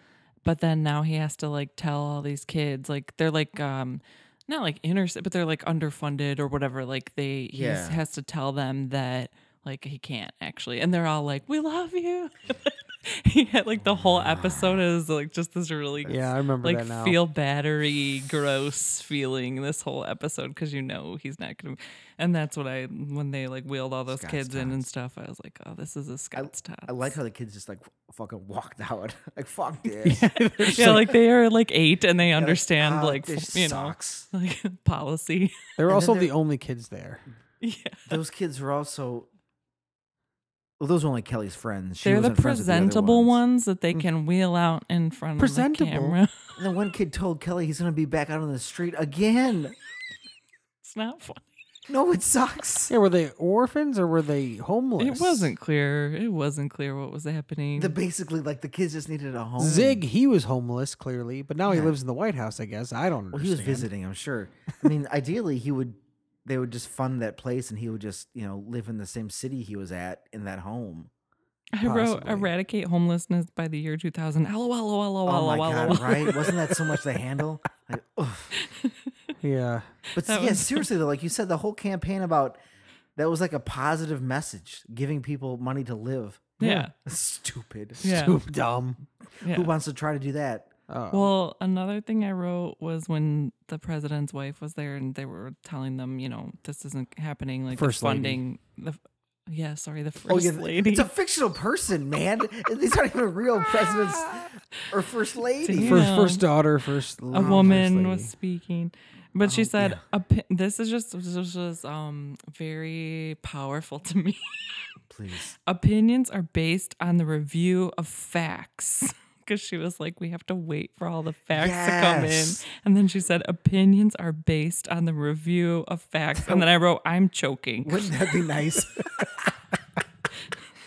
S3: But then now he has to like tell all these kids like they're like um not like inner but they're like underfunded or whatever. Like they he
S2: Yeah.
S3: has to tell them that like he can't actually. And they're all like, We love you. he had like the whole episode is like just this really
S1: Yeah, I remember
S3: like
S1: that now.
S3: feel battery gross feeling this whole episode because you know he's not gonna and that's what I when they like wheeled all those
S2: Scott's
S3: kids in and stuff I was like oh this is a Scott's Tots
S2: I like how the kids just like fucking walked out. like fuck this.
S3: yeah like they are like eight and they understand
S2: "Ah,
S3: like
S2: this
S3: f- you know
S2: sucks."
S3: like policy
S1: they were
S2: and then
S1: also
S2: there-
S1: the only kids there.
S3: yeah
S2: Those kids were also. Well, those were only Kelly's friends. She
S3: they're the
S2: wasn't friends with other
S3: presentable
S2: ones. Mm.
S3: ones. that they can wheel out in front
S1: Presentable?
S3: of the camera
S2: And then one kid told Kelly he's gonna be back out on the street again.
S3: it's not fun
S2: No, it sucks.
S1: Yeah, were they orphans or were they homeless?
S3: it wasn't clear it wasn't clear what was happening
S2: The basically like the kids just needed a home.
S1: Zig, he was homeless clearly, but now he
S2: Yeah.
S1: lives in the White House. I guess I don't.
S2: Well, he was
S1: understand.
S2: visiting, I'm sure. I mean, ideally, he would. They would just fund that place, and he would just you know live in the same city he was at in that home.
S3: I wrote
S1: Possibly.
S3: eradicate homelessness by the year 2000. LOL, LOL, LOL,
S2: oh my
S3: LOL,
S2: god!
S3: LOL.
S2: Right? Wasn't that so much the handle? Like, ugh.
S1: Yeah,
S2: But
S3: That
S2: yeah,
S3: was-
S2: seriously though, like you said, the whole campaign about that was like a positive message, giving people money to live.
S3: Yeah.
S2: Stupid.
S3: Yeah.
S1: Oop, dumb.
S3: yeah.
S2: Who uh, wants to try to do that?
S1: Oh.
S3: Well, another thing I wrote was when the president's wife was there and they were telling them, you know, this isn't happening. Like the
S1: First lady.
S3: funding, the yeah, sorry, the first
S2: Oh, yeah,
S3: lady.
S2: it's a fictional person, man. These aren't even real presidents or first lady.
S3: You
S1: First,
S3: know.
S1: first daughter, first
S3: a woman was speaking but she
S2: Oh,
S3: said
S2: yeah.
S3: a pi- this is just this is just um very powerful to me
S2: Please,
S3: opinions are based on the review of facts because she was like we have to wait for all the facts
S2: Yes.
S3: to come in and then she said opinions are based on the review of facts and then i wrote i'm choking
S2: wouldn't that be nice?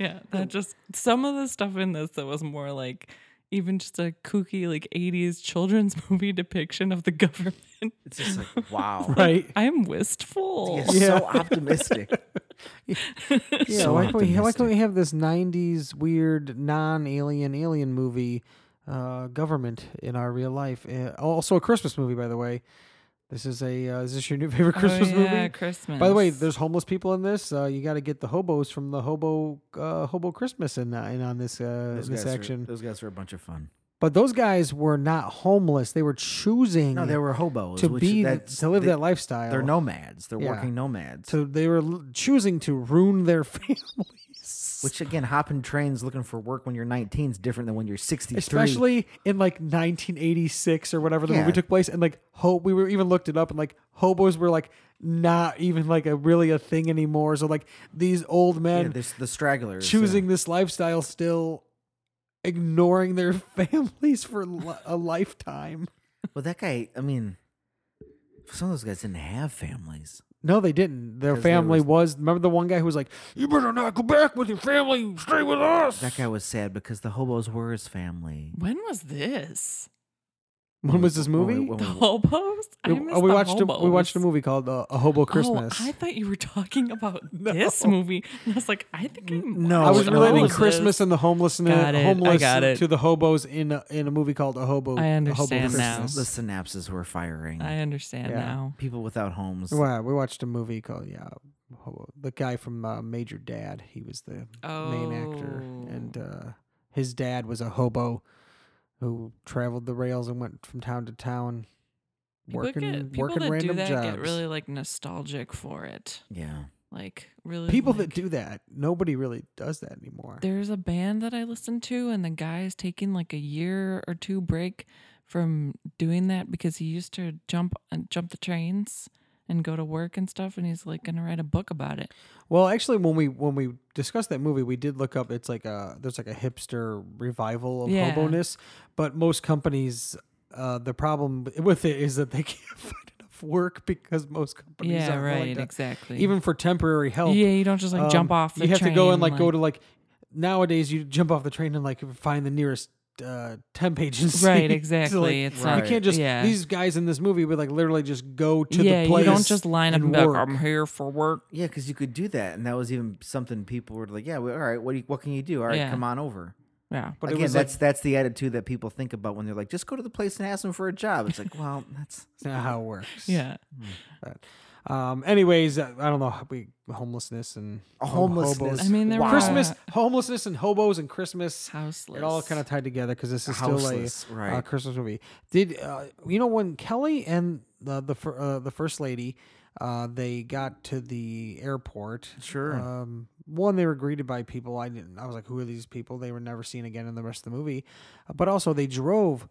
S3: yeah that just some of the stuff in this that was more like even just a kooky like 80s children's movie depiction of the government
S2: It's just like wow.
S1: right.
S3: i'm wistful Oh,
S2: You're so optimistic.
S1: Yeah,
S2: So
S1: why, can't we, why
S2: optimistic.
S1: can't we have this 90s weird non alien alien movie uh, government in our real life? Uh, also, a Christmas movie, by the way. This is a uh, is this your new favorite
S3: Oh,
S1: Christmas
S3: yeah,
S1: movie?
S3: Christmas.
S1: By the way, there's homeless people in this. Uh, you got to get the hobos from the hobo uh, hobo Christmas in, uh, in on this uh,
S2: Those
S1: this
S2: guys are-
S1: action.
S2: those guys are a bunch of fun.
S1: But those guys were not homeless. They were choosing
S2: No, they were hobos.
S1: to
S2: which
S1: be
S2: that's-
S1: to live
S2: they-
S1: that lifestyle.
S2: They're nomads. They're
S1: Yeah.
S2: working nomads.
S1: So they were l- choosing to ruin their families.
S2: which again, hopping trains looking for work when you're 19 is different than when you're 63.
S1: especially in like 1986 or whatever the
S2: Yeah.
S1: movie took place and like ho- we were even looked it up and like hobos were like not even like a really a thing anymore so like these old
S2: yeah,
S1: men
S2: there's the stragglers yeah.
S1: choosing this lifestyle still ignoring their families for li- a lifetime
S2: Well, that guy. I mean, some of those guys didn't have families.
S1: no they didn't their
S2: 'Cause they
S1: family
S2: was-
S1: was remember the one guy who was like you better not go back with your family stay with us
S2: That guy was sad because the hobos were his family.
S3: when was this?
S1: when was this
S2: When we-
S1: movie
S2: when
S3: The
S2: we-
S3: hobos? I
S1: we,
S3: missed
S1: oh, we
S3: the
S1: watched a, we
S3: hobos.
S1: watched a movie called uh, a hobo christmas
S3: Oh, I thought you were talking about
S1: No.
S3: this movie. And I was like, I think I
S2: No,
S1: I was
S2: Oh,
S1: relating
S2: Moses.
S1: Christmas and the homeless and
S3: Got it. I
S1: homeless
S3: got it.
S1: to the hobos in a, in a movie called A Hobo.
S3: I understand
S1: a hobo
S3: now.
S2: the
S1: Christmas.
S2: synapses were firing.
S3: I understand
S1: Yeah.
S3: now.
S2: People without homes.
S1: Wow, we watched a movie called yeah, hobo. the guy from uh, Major Dad. He was the main actor,
S3: Oh.
S1: and uh, his dad was a hobo who traveled the rails and went from town to town,
S3: People
S1: working
S3: get- people
S1: working
S3: that
S1: random
S3: do that
S1: jobs.
S3: get really like nostalgic for it.
S2: Yeah.
S3: Like really
S1: People
S3: like,
S1: that do that, nobody really does that anymore.
S3: There's a band that I listen to, and the guy is taking like a year or two break from doing that because he used to jump and jump the trains and go to work and stuff, and he's like gonna write a book about it.
S1: Well, actually, when we when we discussed that movie, we did look up. It's like a there's like a hipster revival of
S3: Yeah.
S1: hoboness, but most companies, uh, the problem with it is that they can't find enough work because most companies
S3: yeah,
S1: aren't willing
S3: right,
S1: to-
S3: exactly.
S1: even for temporary help.
S3: yeah, you don't just like jump
S1: um,
S3: off. The
S1: you have to go
S3: train,
S1: and like, go to like nowadays you jump off the train and like find the nearest uh, temp agency.
S3: Right,
S1: to,
S3: exactly.
S1: like,
S3: it's
S2: Right.
S3: not,
S1: you can't just
S3: yeah.
S1: these guys in this movie would like literally just go to
S3: yeah,
S1: the place.
S3: you don't just line up
S1: and
S3: and be like, "Um,"
S1: work.
S3: I'm here for work.
S2: Yeah, because you could do that, and that was even something people were like, "Yeah, well, all right, what do you, what can you do? All right,
S3: Yeah.
S2: come on over."
S3: Yeah.
S1: But it
S2: Again,
S1: was
S2: that's
S1: like,
S2: that's the attitude that people think about when they're like, "Just go to the place and ask them for a job." It's like, well, that's
S1: that's not how it works.
S3: Yeah.
S1: Um. Anyways, uh, I don't know. how We homelessness and
S2: A
S1: hob-
S2: homelessness.
S1: hobos.
S3: I mean, there
S2: Wow.
S3: were
S1: Christmas, homelessness, and hobos and Christmas.
S3: Uh, houseless.
S1: It all kind of tied together because this is
S2: Houseless,
S1: still a
S2: right.
S1: uh, Christmas movie. Did uh, you know when Kelly and the the fir- uh, the first lady, uh, they got to the airport.
S2: Sure.
S1: Um, one, they were greeted by people I didn't. I was like, who are these people? They were never seen again in the rest of the movie. Uh, But also, they drove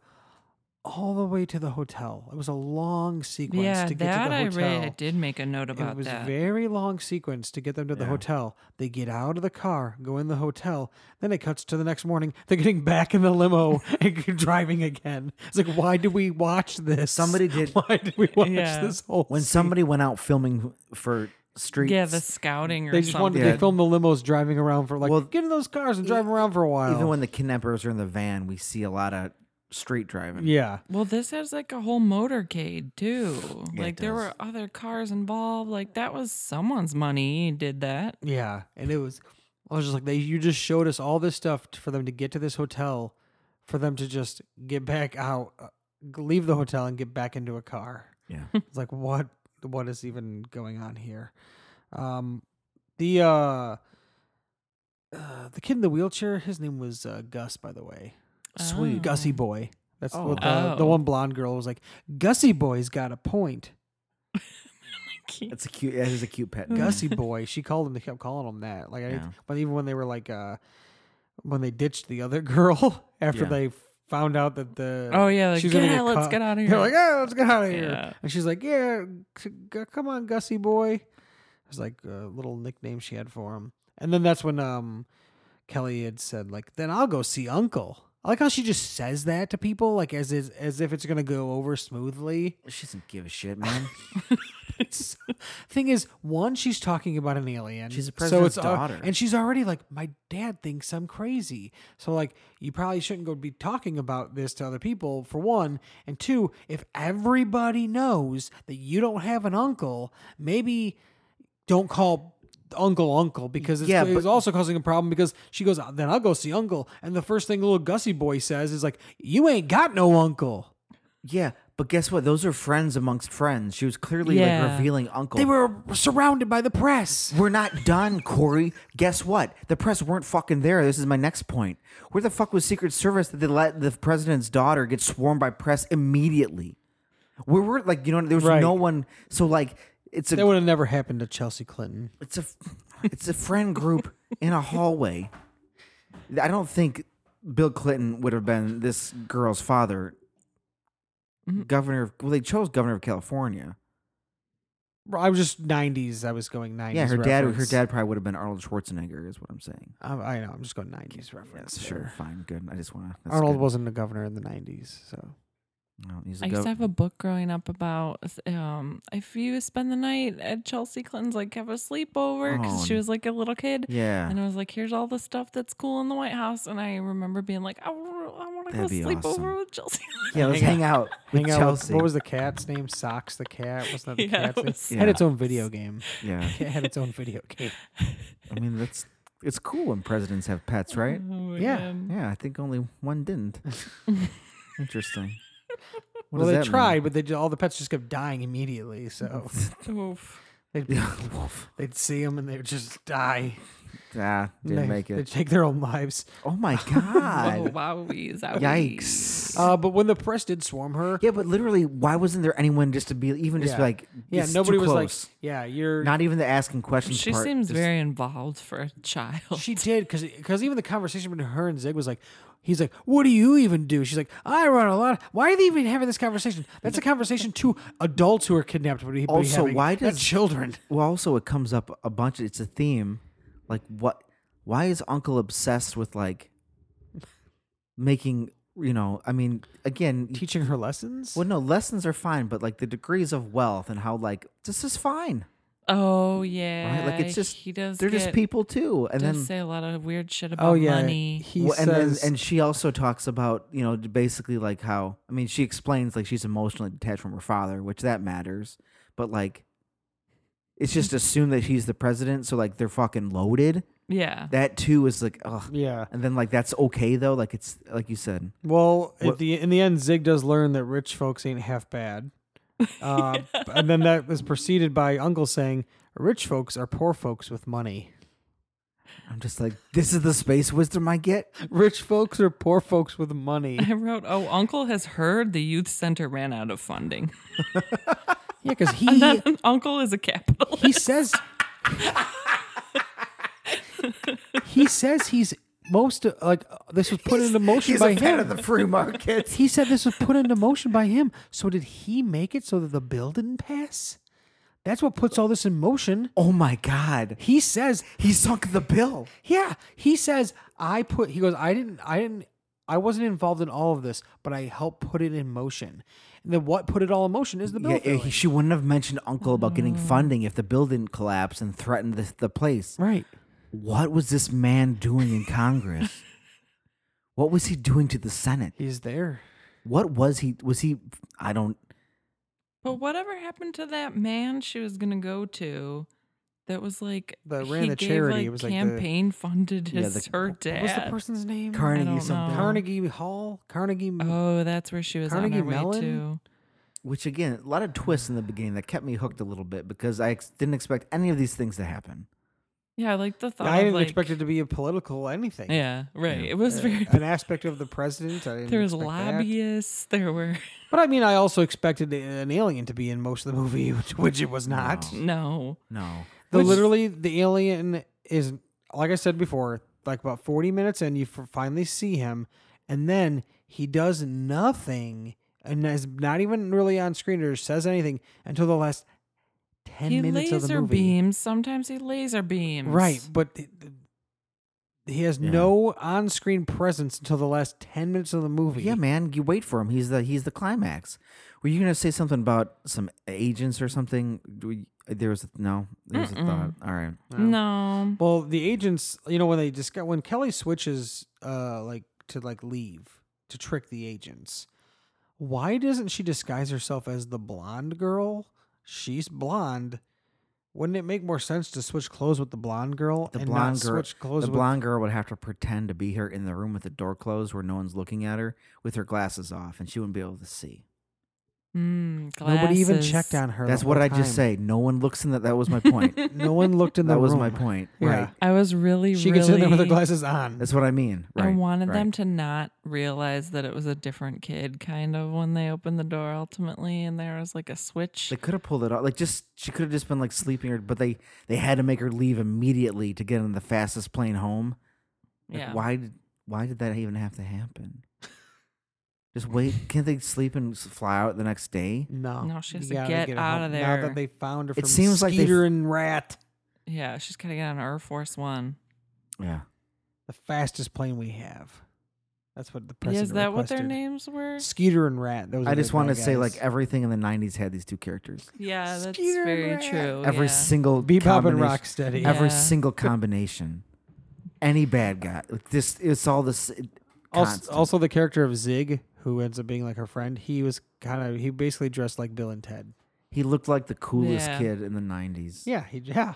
S1: all the way to the hotel. It was a long sequence
S3: yeah,
S1: to get
S3: that
S1: to the
S3: I
S1: hotel.
S3: read. I did make a note about
S1: it was
S3: that.
S1: very long sequence to get them to the
S2: Yeah.
S1: hotel. They get out of the car, go in the hotel, then it cuts to the next morning. They're getting back in the limo and driving again. It's like, why did we watch this?
S2: Somebody did-
S1: Why did we watch
S3: Yeah.
S1: this whole?
S2: when
S1: scene?
S2: somebody went out filming for streets.
S3: yeah, the scouting or
S1: they just
S3: something.
S1: wanted
S2: Yeah.
S1: they filmed the limos driving around for like
S2: Well, e
S1: get in those cars and drive around for a while.
S2: even when the kidnappers are in the van, we see a lot of street driving.
S1: yeah,
S3: Well, this has like a whole motorcade too.
S2: Yeah, it
S3: like there
S2: does.
S3: were other cars involved. Like that was someone's money did that.
S1: yeah, and it was. I was just like, they you just showed us all this stuff t- for them to get to this hotel, for them to just get back out, uh, leave the hotel and get back into a car.
S2: Yeah.
S1: It's like what what is even going on here? Um the uh uh, the kid in the wheelchair, his name was uh, Gus, by the way.
S3: Sweet.
S1: Gussie Boy. That's
S2: Oh.
S1: what the, the
S3: Mm. Oh.
S1: one blonde girl was like. Gussie Boy's got a point.
S3: King.
S2: That's a cute. That is a cute
S3: Mm.
S2: pet. name.
S1: Gussie boy. She called him. They kept calling him that. Like, I,
S2: Yeah.
S1: but even when they were like, uh, when they ditched the other girl after
S2: Yeah.
S1: they found out that the
S3: Oh yeah, like
S1: she was
S3: yeah,
S1: gonna get
S3: let's
S1: caught."
S3: get out of here.
S1: They're like, oh, let's get out of here.
S3: Yeah.
S1: And she's like, yeah, c- g- come on, Gussie boy. It was like a little nickname she had for him. And then that's when um, Kelly had said like, then I'll go see Uncle. I like how she just says that to people, like as is, as if it's gonna go over smoothly.
S2: She doesn't give a shit, man.
S1: It's- thing is, one, she's talking about an alien.
S2: She's the
S1: it's
S2: president's
S1: al-
S2: daughter.
S1: and she's already like, my dad thinks I'm crazy. So like, you probably shouldn't go be talking about this to other people for one, and two, if everybody knows that you don't have an uncle, maybe don't call. Uncle, uncle, because it's,
S2: Yeah,
S1: it
S2: but-
S1: was also causing a problem because she goes, then I'll go see uncle. And the first thing little Gussie boy says is like, you ain't got no uncle.
S2: yeah, but guess what? Those are friends amongst friends. She was clearly
S3: Yeah.
S2: like revealing uncle.
S1: They were surrounded by the press.
S2: We're not done, Corey. Guess what? The press weren't fucking there. This is my next point. Where the fuck was Secret Service that they let the president's daughter get swarmed by press immediately? We were like, you know, there was
S1: Right.
S2: no one. So like, it's
S1: That
S2: a
S1: would have never happened to Chelsea Clinton.
S2: it's a it's a friend group in a hallway. I don't think Bill Clinton would have been this girl's father.
S1: Mm-hmm.
S2: Governor, of, well, they chose governor of California.
S1: I was just '90s. I was going '90s.
S2: Yeah, her dad, her
S1: reference.
S2: dad probably would have been Arnold Schwarzenegger, is what I'm saying.
S1: Um, I know. I'm just going '90s reference.
S2: Yes,
S1: there.
S2: sure, fine, good. I just want to.
S1: Arnold wasn't a governor in the '90s, so
S2: No, he's a
S3: I used
S2: gov-
S3: to have a book growing up about um, if you spend the night at Chelsea Clinton's, like have a sleepover because
S2: Oh,
S3: she was like a little kid.
S2: yeah,
S3: And I was like, here's all the stuff that's cool in the White House. And I remember being like, I, want to go
S2: That'd be
S3: sleep
S2: awesome.
S3: over with Chelsea.
S2: yeah. Let's hang out with
S1: Hang out with-
S2: Chelsea.
S1: what was the cat's name? Socks the cat. Wasn't that the
S3: Yeah, it
S1: cat's name?
S3: was
S1: Had
S2: Yeah.
S1: its own video game.
S2: yeah,
S1: It had its own video game.
S2: I mean that's it's cool when presidents have pets, right?
S3: Oh,
S1: Yeah.
S3: man.
S2: Yeah, I think only one didn't. Interesting. What
S1: well,
S2: does
S1: they
S2: that mean?
S1: tried, but they ju- all the pets just kept dying immediately. So
S3: Oof.
S1: they'd, be- they'd see them and they would just die.
S2: Ah,
S1: And they,
S2: didn't make
S1: They'd
S2: it.
S1: take their own lives.
S2: Oh my
S3: Oh,
S2: god!
S3: wowies.
S2: Yikes!
S1: Uh, but when the press did swarm her,
S2: yeah, but literally, why wasn't there anyone just to be even just
S1: Yeah.
S2: like
S1: yeah,
S2: it's too
S1: nobody was
S2: close.
S1: like, yeah, you're
S2: not even the asking questions.
S3: She
S2: part,
S3: seems
S2: just-
S3: very involved for a child.
S1: She did because even the conversation between her and Zig was like, he's like, what do you even do? She's like, I run a lot. Why are they even having this conversation? That's a conversation two adults who are kidnapped would be be
S2: Also,
S1: having,
S2: why
S1: not
S2: does-
S1: children?
S2: Well, also it comes up a bunch. It's a theme. Like what? Why is Uncle obsessed with like making? You know, I mean, again,
S1: Teaching her lessons.
S2: well, no, lessons are fine, but like the degrees of wealth and how like this is fine,
S3: oh, yeah.
S2: right? Like it's just
S3: He does.
S2: they're just
S3: get-
S2: people too, and
S3: does
S2: then
S3: say a lot of weird shit about
S1: oh yeah,
S3: money.
S1: he
S2: Well, and
S1: says,
S2: then, and she also talks about you know basically like how I mean she explains like she's emotionally detached from her father, which that matters, but like it's just assumed that he's the president, so like they're fucking loaded.
S3: Yeah.
S2: That too is like ugh.
S1: yeah.
S2: And then like that's okay though, like it's like you said,
S1: Well, at
S2: What-
S1: the in the end, Zig does learn that rich folks ain't half bad, uh, and then that was preceded by Uncle saying, "Rich folks are poor folks with money.
S2: I'm just like this is the space wisdom I get.
S1: Rich folks are poor folks with money."
S3: I wrote, "Oh, Uncle has heard the youth center ran out of funding.
S1: yeah, because he
S3: Uncle is a capitalist.
S1: he says he says he's most uh, like uh, this was put into motion by him.
S2: free market.
S1: he said this was put into motion by him. So did he make it so that the bill didn't pass? That's what puts all this in motion.
S2: oh my god,
S1: He says,
S2: he sunk the bill.
S1: yeah, he says I put. He goes, I didn't, I didn't, I wasn't involved in all of this, but I helped put it in motion. And then what put it all in motion is the bill.
S2: Yeah, eh,
S1: failing.
S2: she wouldn't have mentioned Uncle about getting
S1: Mm.
S2: funding if the bill didn't collapse and threatened the, the place.
S1: right.
S2: What was this man doing in Congress? what was he doing to the Senate?
S1: He's there.
S2: What was he? Was he? I don't.
S3: But whatever happened to that man she was gonna go to? That was like
S1: That
S3: he
S1: ran the
S3: gave,
S1: charity.
S3: Like,
S1: It was like the-
S3: campaign funded
S2: Yeah,
S3: his
S2: the-
S3: her
S1: What was the
S3: dad.
S1: person's name?
S2: Carnegie
S3: don't
S2: something.
S3: know.
S1: Carnegie Hall, Carnegie.
S3: oh, that's where she was
S1: Carnegie
S3: on her
S1: Mellon?
S3: way to.
S2: Which again, a lot of twists in the beginning that kept me hooked a little bit because I ex- didn't expect any of these things to happen.
S3: Yeah, like the thought.
S1: I
S3: of,
S1: didn't
S3: like,
S1: expect it to be a political anything.
S3: Yeah, right.
S2: Yeah.
S3: It was
S1: Uh,
S3: very.
S1: an aspect of the president. I didn't
S3: There was
S1: expect that.
S3: lobbyists. There were
S1: But I mean, I also expected an alien to be in most of the movie, which, which it was not.
S2: No.
S3: no.
S2: No.
S1: The
S3: Mm, Which-
S1: literally the alien is like I said before, like about forty minutes in, you f- finally see him, and then he does nothing and is not even really on screen or says anything until the last ten
S3: He
S1: minutes of the
S3: laser
S1: movie.
S3: beams. Sometimes he laser beams.
S1: Right, but th- th- he has
S2: Yeah.
S1: no on-screen presence until the last ten minutes of the movie.
S2: Yeah, man, you wait for him. He's the he's the climax. Were you gonna say something about some agents or something? Do we- There was a, no. There was a
S3: Mm-mm.
S2: thought. All right.
S3: No.
S1: Well, the agents, you know, when they just got when Kelly switches, uh, like to like leave to trick the agents. Why doesn't she disguise herself as the blonde girl? She's blonde. Wouldn't it make more sense to switch clothes with the blonde girl
S2: The
S1: and
S2: blonde
S1: not
S2: girl.
S1: switch clothes
S2: The
S1: with
S2: blonde girl would have to pretend to be here in the room with the door closed, where no one's looking at her, with her glasses off, and she wouldn't be able to see.
S3: Mm,
S1: nobody even
S3: glasses.
S1: checked on her. the
S2: That's what
S1: whole
S2: I just
S1: time.
S2: say. No one looks in that. That was my point.
S1: No one looked in the
S2: that was
S1: room.
S2: my point.
S1: Yeah.
S2: Right.
S3: I was really,
S1: She
S3: really.
S1: gets in there with her glasses on.
S2: That's what I mean. Right.
S3: I wanted
S2: right.
S3: them to not realize that it was a different kid, kind of, when they opened the door ultimately, and there was like a switch.
S2: They could have pulled it off. Like just she could have just been like sleeping, or but they they had to make her leave immediately to get on the fastest plane home. Like,
S3: yeah.
S2: Why did why did that even have to happen? Just wait. Can't they sleep and s- fly out the next day?
S1: No,
S3: No, she
S1: you
S3: has to
S1: gotta
S3: get out of
S1: Now
S3: there.
S1: that they found her,
S2: It
S1: from
S2: seems like they-
S1: Skeeter and Rat,
S3: Yeah, she's gotta get on Air Force One.
S2: Yeah.
S1: the fastest plane we have. That's what the
S3: Yeah,
S1: president
S3: Is that what their
S1: requested.
S3: names were?
S1: Skeeter and Rat. Those
S2: I
S1: are the
S2: just want to
S1: bad
S2: say like
S1: guys.
S2: everything in the '90s had these two characters.
S3: Yeah, that's
S1: Skeeter
S3: very
S1: Rat.
S3: true.
S2: Every
S3: Oh, yeah.
S2: single
S1: Bebop and
S2: combination-
S1: Rocksteady.
S3: Yeah.
S2: Every single combination. Any bad guy. Like, This it's all this. It,
S1: Also,
S2: constant.
S1: also, the character of Zig, who ends up being like her friend, he was kind of he basically dressed like Bill and Ted.
S2: he looked like the coolest
S3: Yeah.
S2: kid in the '90s.
S1: Yeah, he yeah.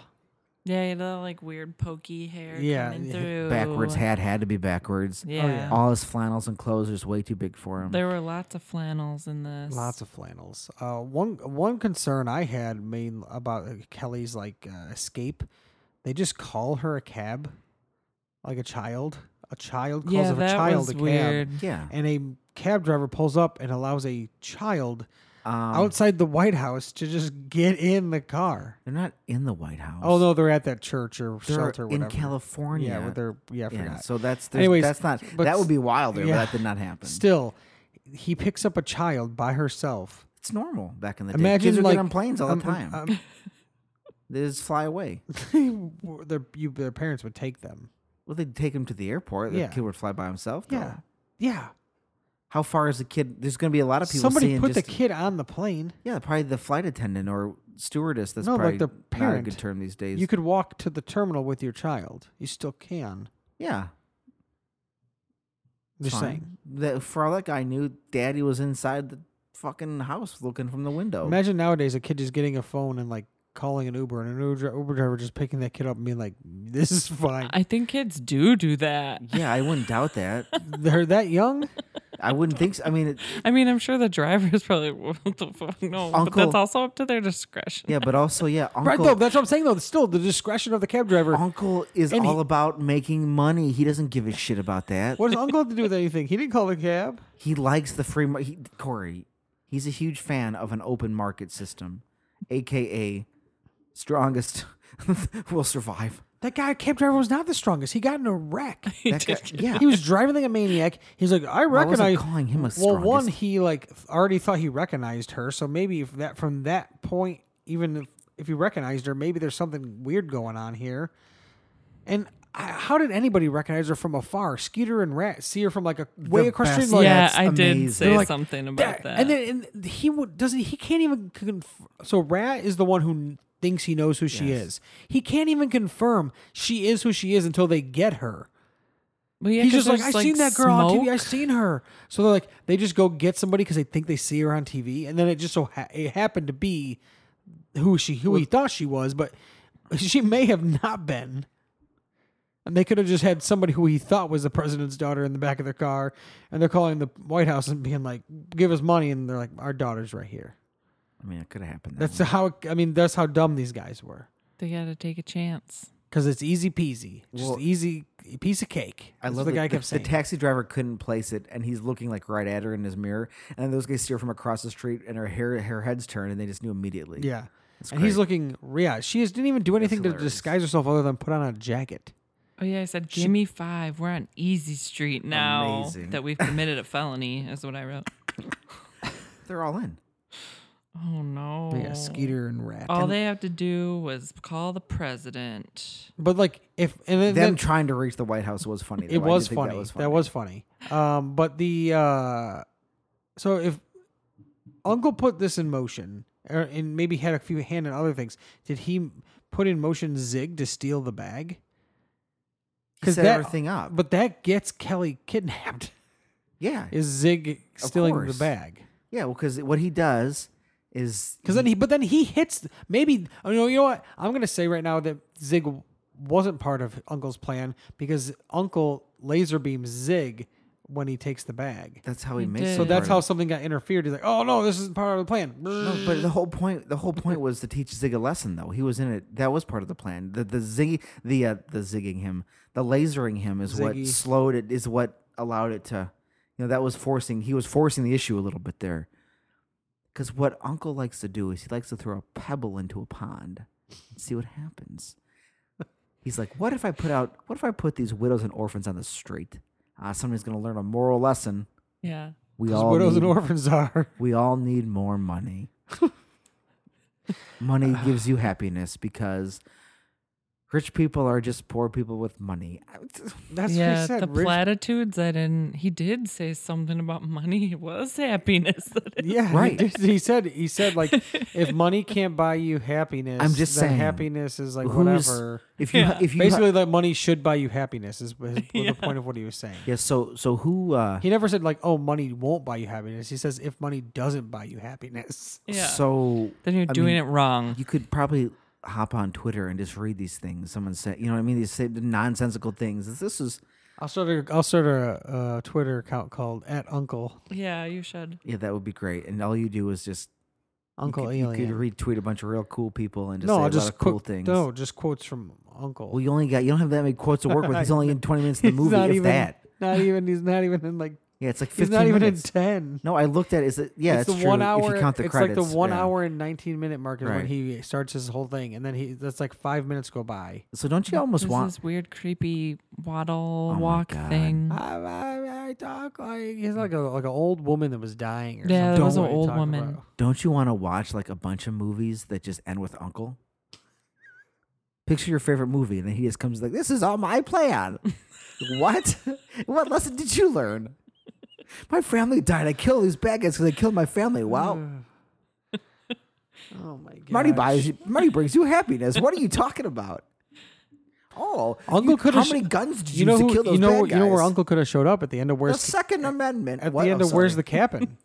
S3: Yeah, you had that like weird pokey hair
S1: Yeah,
S3: coming
S1: yeah.
S3: through.
S2: Backwards hat had to be backwards.
S3: Yeah.
S1: Oh, yeah.
S2: All his flannels and clothes are just way too big for him.
S3: There were lots of flannels in this.
S1: Lots of flannels. Uh, one one concern I had main about Kelly's like uh, escape, they just call her a cab, like a child. A child calls
S3: yeah,
S1: of a
S3: that
S1: child
S3: was
S1: a cab,
S3: weird.
S2: yeah.
S1: and a cab driver pulls up and allows a child
S2: Um,
S1: outside the White House to just get in the car.
S2: They're not in the White House.
S1: Oh no, they're at that church or
S2: they're
S1: shelter,
S2: in
S1: whatever.
S2: California.
S1: Yeah, with their yeah, I
S2: Yeah,
S1: forgot.
S2: so that's there's-
S1: Anyways,
S2: that's not
S1: but
S2: that
S1: s-
S2: would be wilder,
S1: yeah.
S2: but that did not happen.
S1: Still, he picks up a child by herself.
S2: it's normal back in the day.
S1: Imagine
S2: Kids would
S1: like
S2: get on planes all
S1: um,
S2: the time.
S1: um,
S2: they just fly away.
S1: um, their you, their parents would take them.
S2: Well, they'd take him to the airport. The
S1: Yeah.
S2: kid would fly by himself. Though.
S1: Yeah, yeah.
S2: How far is the kid? There's going to be a lot of people.
S1: Somebody
S2: seeing
S1: put
S2: just,
S1: the kid on the plane.
S2: Yeah, probably the flight attendant or stewardess. That's
S1: No,
S2: probably
S1: like the
S2: not a
S1: parent.
S2: good term these days.
S1: You could walk to the terminal with your child. You still can.
S2: yeah.
S1: I'm just
S2: fine.
S1: saying.
S2: That for all that guy knew, Daddy was inside the fucking house looking from the window.
S1: Imagine nowadays a kid just getting a phone and like calling an Uber, and an Uber, dri- Uber driver just picking that kid up and being like, "This is fine."
S3: I think kids do do that.
S2: yeah, I wouldn't doubt that.
S1: They're that young.
S2: I wouldn't think. So. I mean, it,
S3: I mean, I'm sure the driver is probably what the fuck no, but that's
S2: Uncle-
S3: also up to their discretion.
S2: yeah, but also, yeah, Uncle,
S1: Right though, Oh. that's what I'm saying though. Still, the discretion of the cab driver.
S2: Uncle is
S1: And he-
S2: all about making money. He doesn't give a shit about that.
S1: What does Uncle have to do with anything? He didn't call the cab.
S2: He likes the free mar- he Corey, he's a huge fan of an open market system, aka strongest will survive.
S1: That guy cab driver was not the strongest. He got in a wreck.
S3: He
S2: That guy-
S3: did get-
S2: yeah.
S1: he was driving like a maniac. He's like, I
S2: I wasn't
S1: recognize.
S2: calling him a
S1: well, one,
S2: strongest.
S1: he like already thought he recognized her, so maybe if that from that point, even if, if he recognized her, maybe there's something weird going on here. And I, how did anybody recognize her from afar? Skeeter and Rat see her from like a way across the
S2: best.
S1: street. Like,
S3: yeah,
S2: that's
S3: I
S2: amazing.
S3: did say
S2: They're like,
S3: something about
S1: Yeah,
S3: that.
S1: And then and he would doesn't he can't even conf- so Rat is the one who n- thinks he knows who she
S2: Yes.
S1: is. He can't even confirm she is who she is until they get her.
S3: But yeah,
S1: He's
S3: 'cause
S1: just like, I
S3: there's,
S1: seen that girl on TV. I
S3: smoke.
S1: seen her. So they're like, they just go get somebody because they think they see her on TV, and then it just so ha- it happened to be who she who he thought she was, but she may have not been. And they could have just had somebody who he thought was the president's daughter in the back of their car, and they're calling the White House and being like, "Give us money," and they're like, "Our daughter's right here."
S2: I mean, it could have happened. that
S1: That's
S2: way.
S1: how I mean. That's how dumb these guys were.
S3: They got to take a chance.
S1: because it's easy peasy, just
S2: Well-
S1: easy piece of cake.
S2: I
S1: That's
S2: love
S1: what the guy
S2: that
S1: kept
S2: the
S1: saying.
S2: taxi driver couldn't place it, and he's looking like right at her in his mirror. And those guys see her from across the street, and her hair, her head's turned, and they just knew immediately.
S1: yeah,
S2: It's
S1: and he's
S2: great.
S1: looking. Yeah, she just didn't even do anything to
S2: hilarious.
S1: disguise herself other than put on a jacket.
S3: Oh yeah, I said, "Give me five. We're on easy street now
S2: Amazing.
S3: that we've committed a felony," is what I wrote.
S2: They're all in.
S3: Oh no.
S1: Yeah, Skeeter and Rat.
S3: All
S1: And-
S3: they have to do was call the president.
S1: but like if and then,
S2: Them
S1: then
S2: trying to reach the White House was funny. though. I
S1: it
S2: did
S1: was
S2: think that
S1: funny. That was funny. Um, but the uh, so if Uncle put this in motion, or, and maybe had a few hand in other things, did he put in motion Zig to steal the bag?
S2: He set
S1: that-
S2: everything up.
S1: But that gets Kelly kidnapped.
S2: yeah,
S1: Is Zig stealing the
S2: course.
S1: bag?
S2: yeah. Well, because what he does is
S1: Because then he, but then he hits. Maybe oh, no, you know what? I'm gonna say right now that Zig wasn't part of Uncle's plan because Uncle laser beams Zig when he takes the bag.
S2: that's how he
S3: He
S2: makes.
S3: did.
S2: it
S1: So that's
S2: work.
S1: how something got interfered. He's like, oh no, this isn't part of the plan.
S2: No, but the whole point the whole point was to teach Zig a lesson though. He was in it. That was part of the plan. The the zig the uh, the zigging him, the lasering him is
S1: Ziggy.
S2: what slowed it is what allowed it to you know, that was forcing he was forcing the issue a little bit there. Cuz what uncle likes to do is he likes to throw a pebble into a pond and see what happens. He's like, "What if I put out what if I put these widows and orphans on the street? Uh, somebody's going to learn a moral lesson.
S3: Yeah.
S2: We
S1: Because
S2: all
S1: widows and
S2: need-
S1: orphans are.
S2: we all need more money. money
S1: Uh-huh.
S2: gives you happiness because rich people are just poor people with money.
S1: That's what
S3: yeah,
S1: he said.
S3: the
S1: Rich-
S3: platitudes I didn't. He did say something about money. It was happiness.
S1: yeah, he
S2: Right.
S1: did- He, said he said like if money can't buy you happiness,
S2: I'm just
S1: then
S2: saying,
S1: happiness is like
S2: Who's-
S1: whatever.
S2: If you
S3: Yeah.
S2: if you
S1: Basically, that money should buy you happiness is, is
S3: Yeah.
S1: the point of what he was saying.
S2: yeah, so so who uh
S1: He never said like, "Oh, money won't buy you happiness." He says, "If money doesn't buy you happiness."
S3: yeah.
S2: so
S3: then you're
S2: I
S3: doing
S2: mean,
S3: it wrong.
S2: you could probably hop on Twitter and just read these things. Someone said, you know what I mean? These same nonsensical things. This, this is
S1: I'll start a I'll start a uh, Twitter account called at Uncle
S3: yeah, you should.
S2: yeah, that would be great. And all you do is just you
S1: Uncle
S2: could-
S1: Alien.
S2: You could retweet a bunch of real cool people and just
S1: no,
S2: say
S1: I'll
S2: a lot
S1: just
S2: of cool
S1: quote-
S2: things.
S1: No, just quotes from Uncle.
S2: Well, you only got you don't have that many quotes to work with. He's only in twenty minutes of the
S1: He's
S2: movie.
S1: not
S2: If
S1: even,
S2: that,
S1: Not even. He's not even in like.
S2: Yeah, it's like
S1: He's
S2: 15
S1: not even
S2: minutes.
S1: in ten.
S2: no, I looked at it. Is it yeah,
S1: it's
S2: that's
S1: the
S2: true.
S1: one hour.
S2: if you count the
S1: it's
S2: credits,
S1: like the one
S2: yeah.
S1: hour and nineteen minute mark is when
S2: Right.
S1: he starts his whole thing, and then he that's like five minutes go by.
S2: So don't you almost
S3: this
S2: want?
S3: is weird, creepy waddle
S2: Oh my
S3: walk
S2: God. Ah.
S3: thing.
S1: I, I, I talk like he's like a like an old woman that was dying. Or something.
S3: Yeah, there was
S1: Don't
S3: an
S1: know what
S3: old
S1: you're talking
S3: woman.
S1: about.
S2: Don't you want to watch like a bunch of movies that just end with Uncle? Picture your favorite movie, and then he just comes like, "This is all my plan." what? what lesson did you learn? My family died. I killed these bad guys because they killed my family. Wow.
S1: Oh my god.
S2: Money buys you, money brings you happiness. What are you talking about? Oh,
S1: Uncle
S2: you-
S1: coulda
S2: how
S1: sh-
S2: many guns did you,
S1: You know
S2: use
S1: who,
S2: to kill those
S1: you know
S2: bad guys?
S1: you know where Uncle could have showed up at the end of
S2: the
S1: where's
S2: Second Amendment.
S1: at
S2: What?
S1: the
S2: Oh,
S1: end of where's the
S2: sorry.
S1: cabin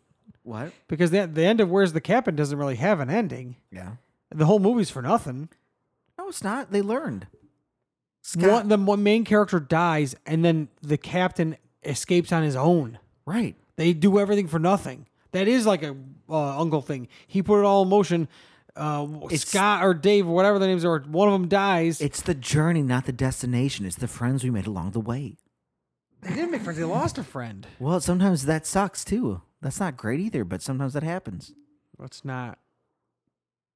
S2: what?
S1: because the, the end of where's the cabin doesn't really have an ending.
S2: Yeah.
S1: The whole movie's for nothing.
S2: No, it's not. They learned.
S1: One, the mo- main character dies, and then the captain escapes on his own.
S2: right.
S1: They do everything for nothing. That is like a uh, uncle thing. He put it all in motion. Uh,
S2: It's-
S1: Scott or Dave, or whatever the names are, one of them dies.
S2: It's the journey, not the destination. It's the friends we made along the way.
S1: they didn't make friends. They lost a friend.
S2: Well, sometimes that sucks too. That's not great either, but sometimes that happens.
S1: That's not.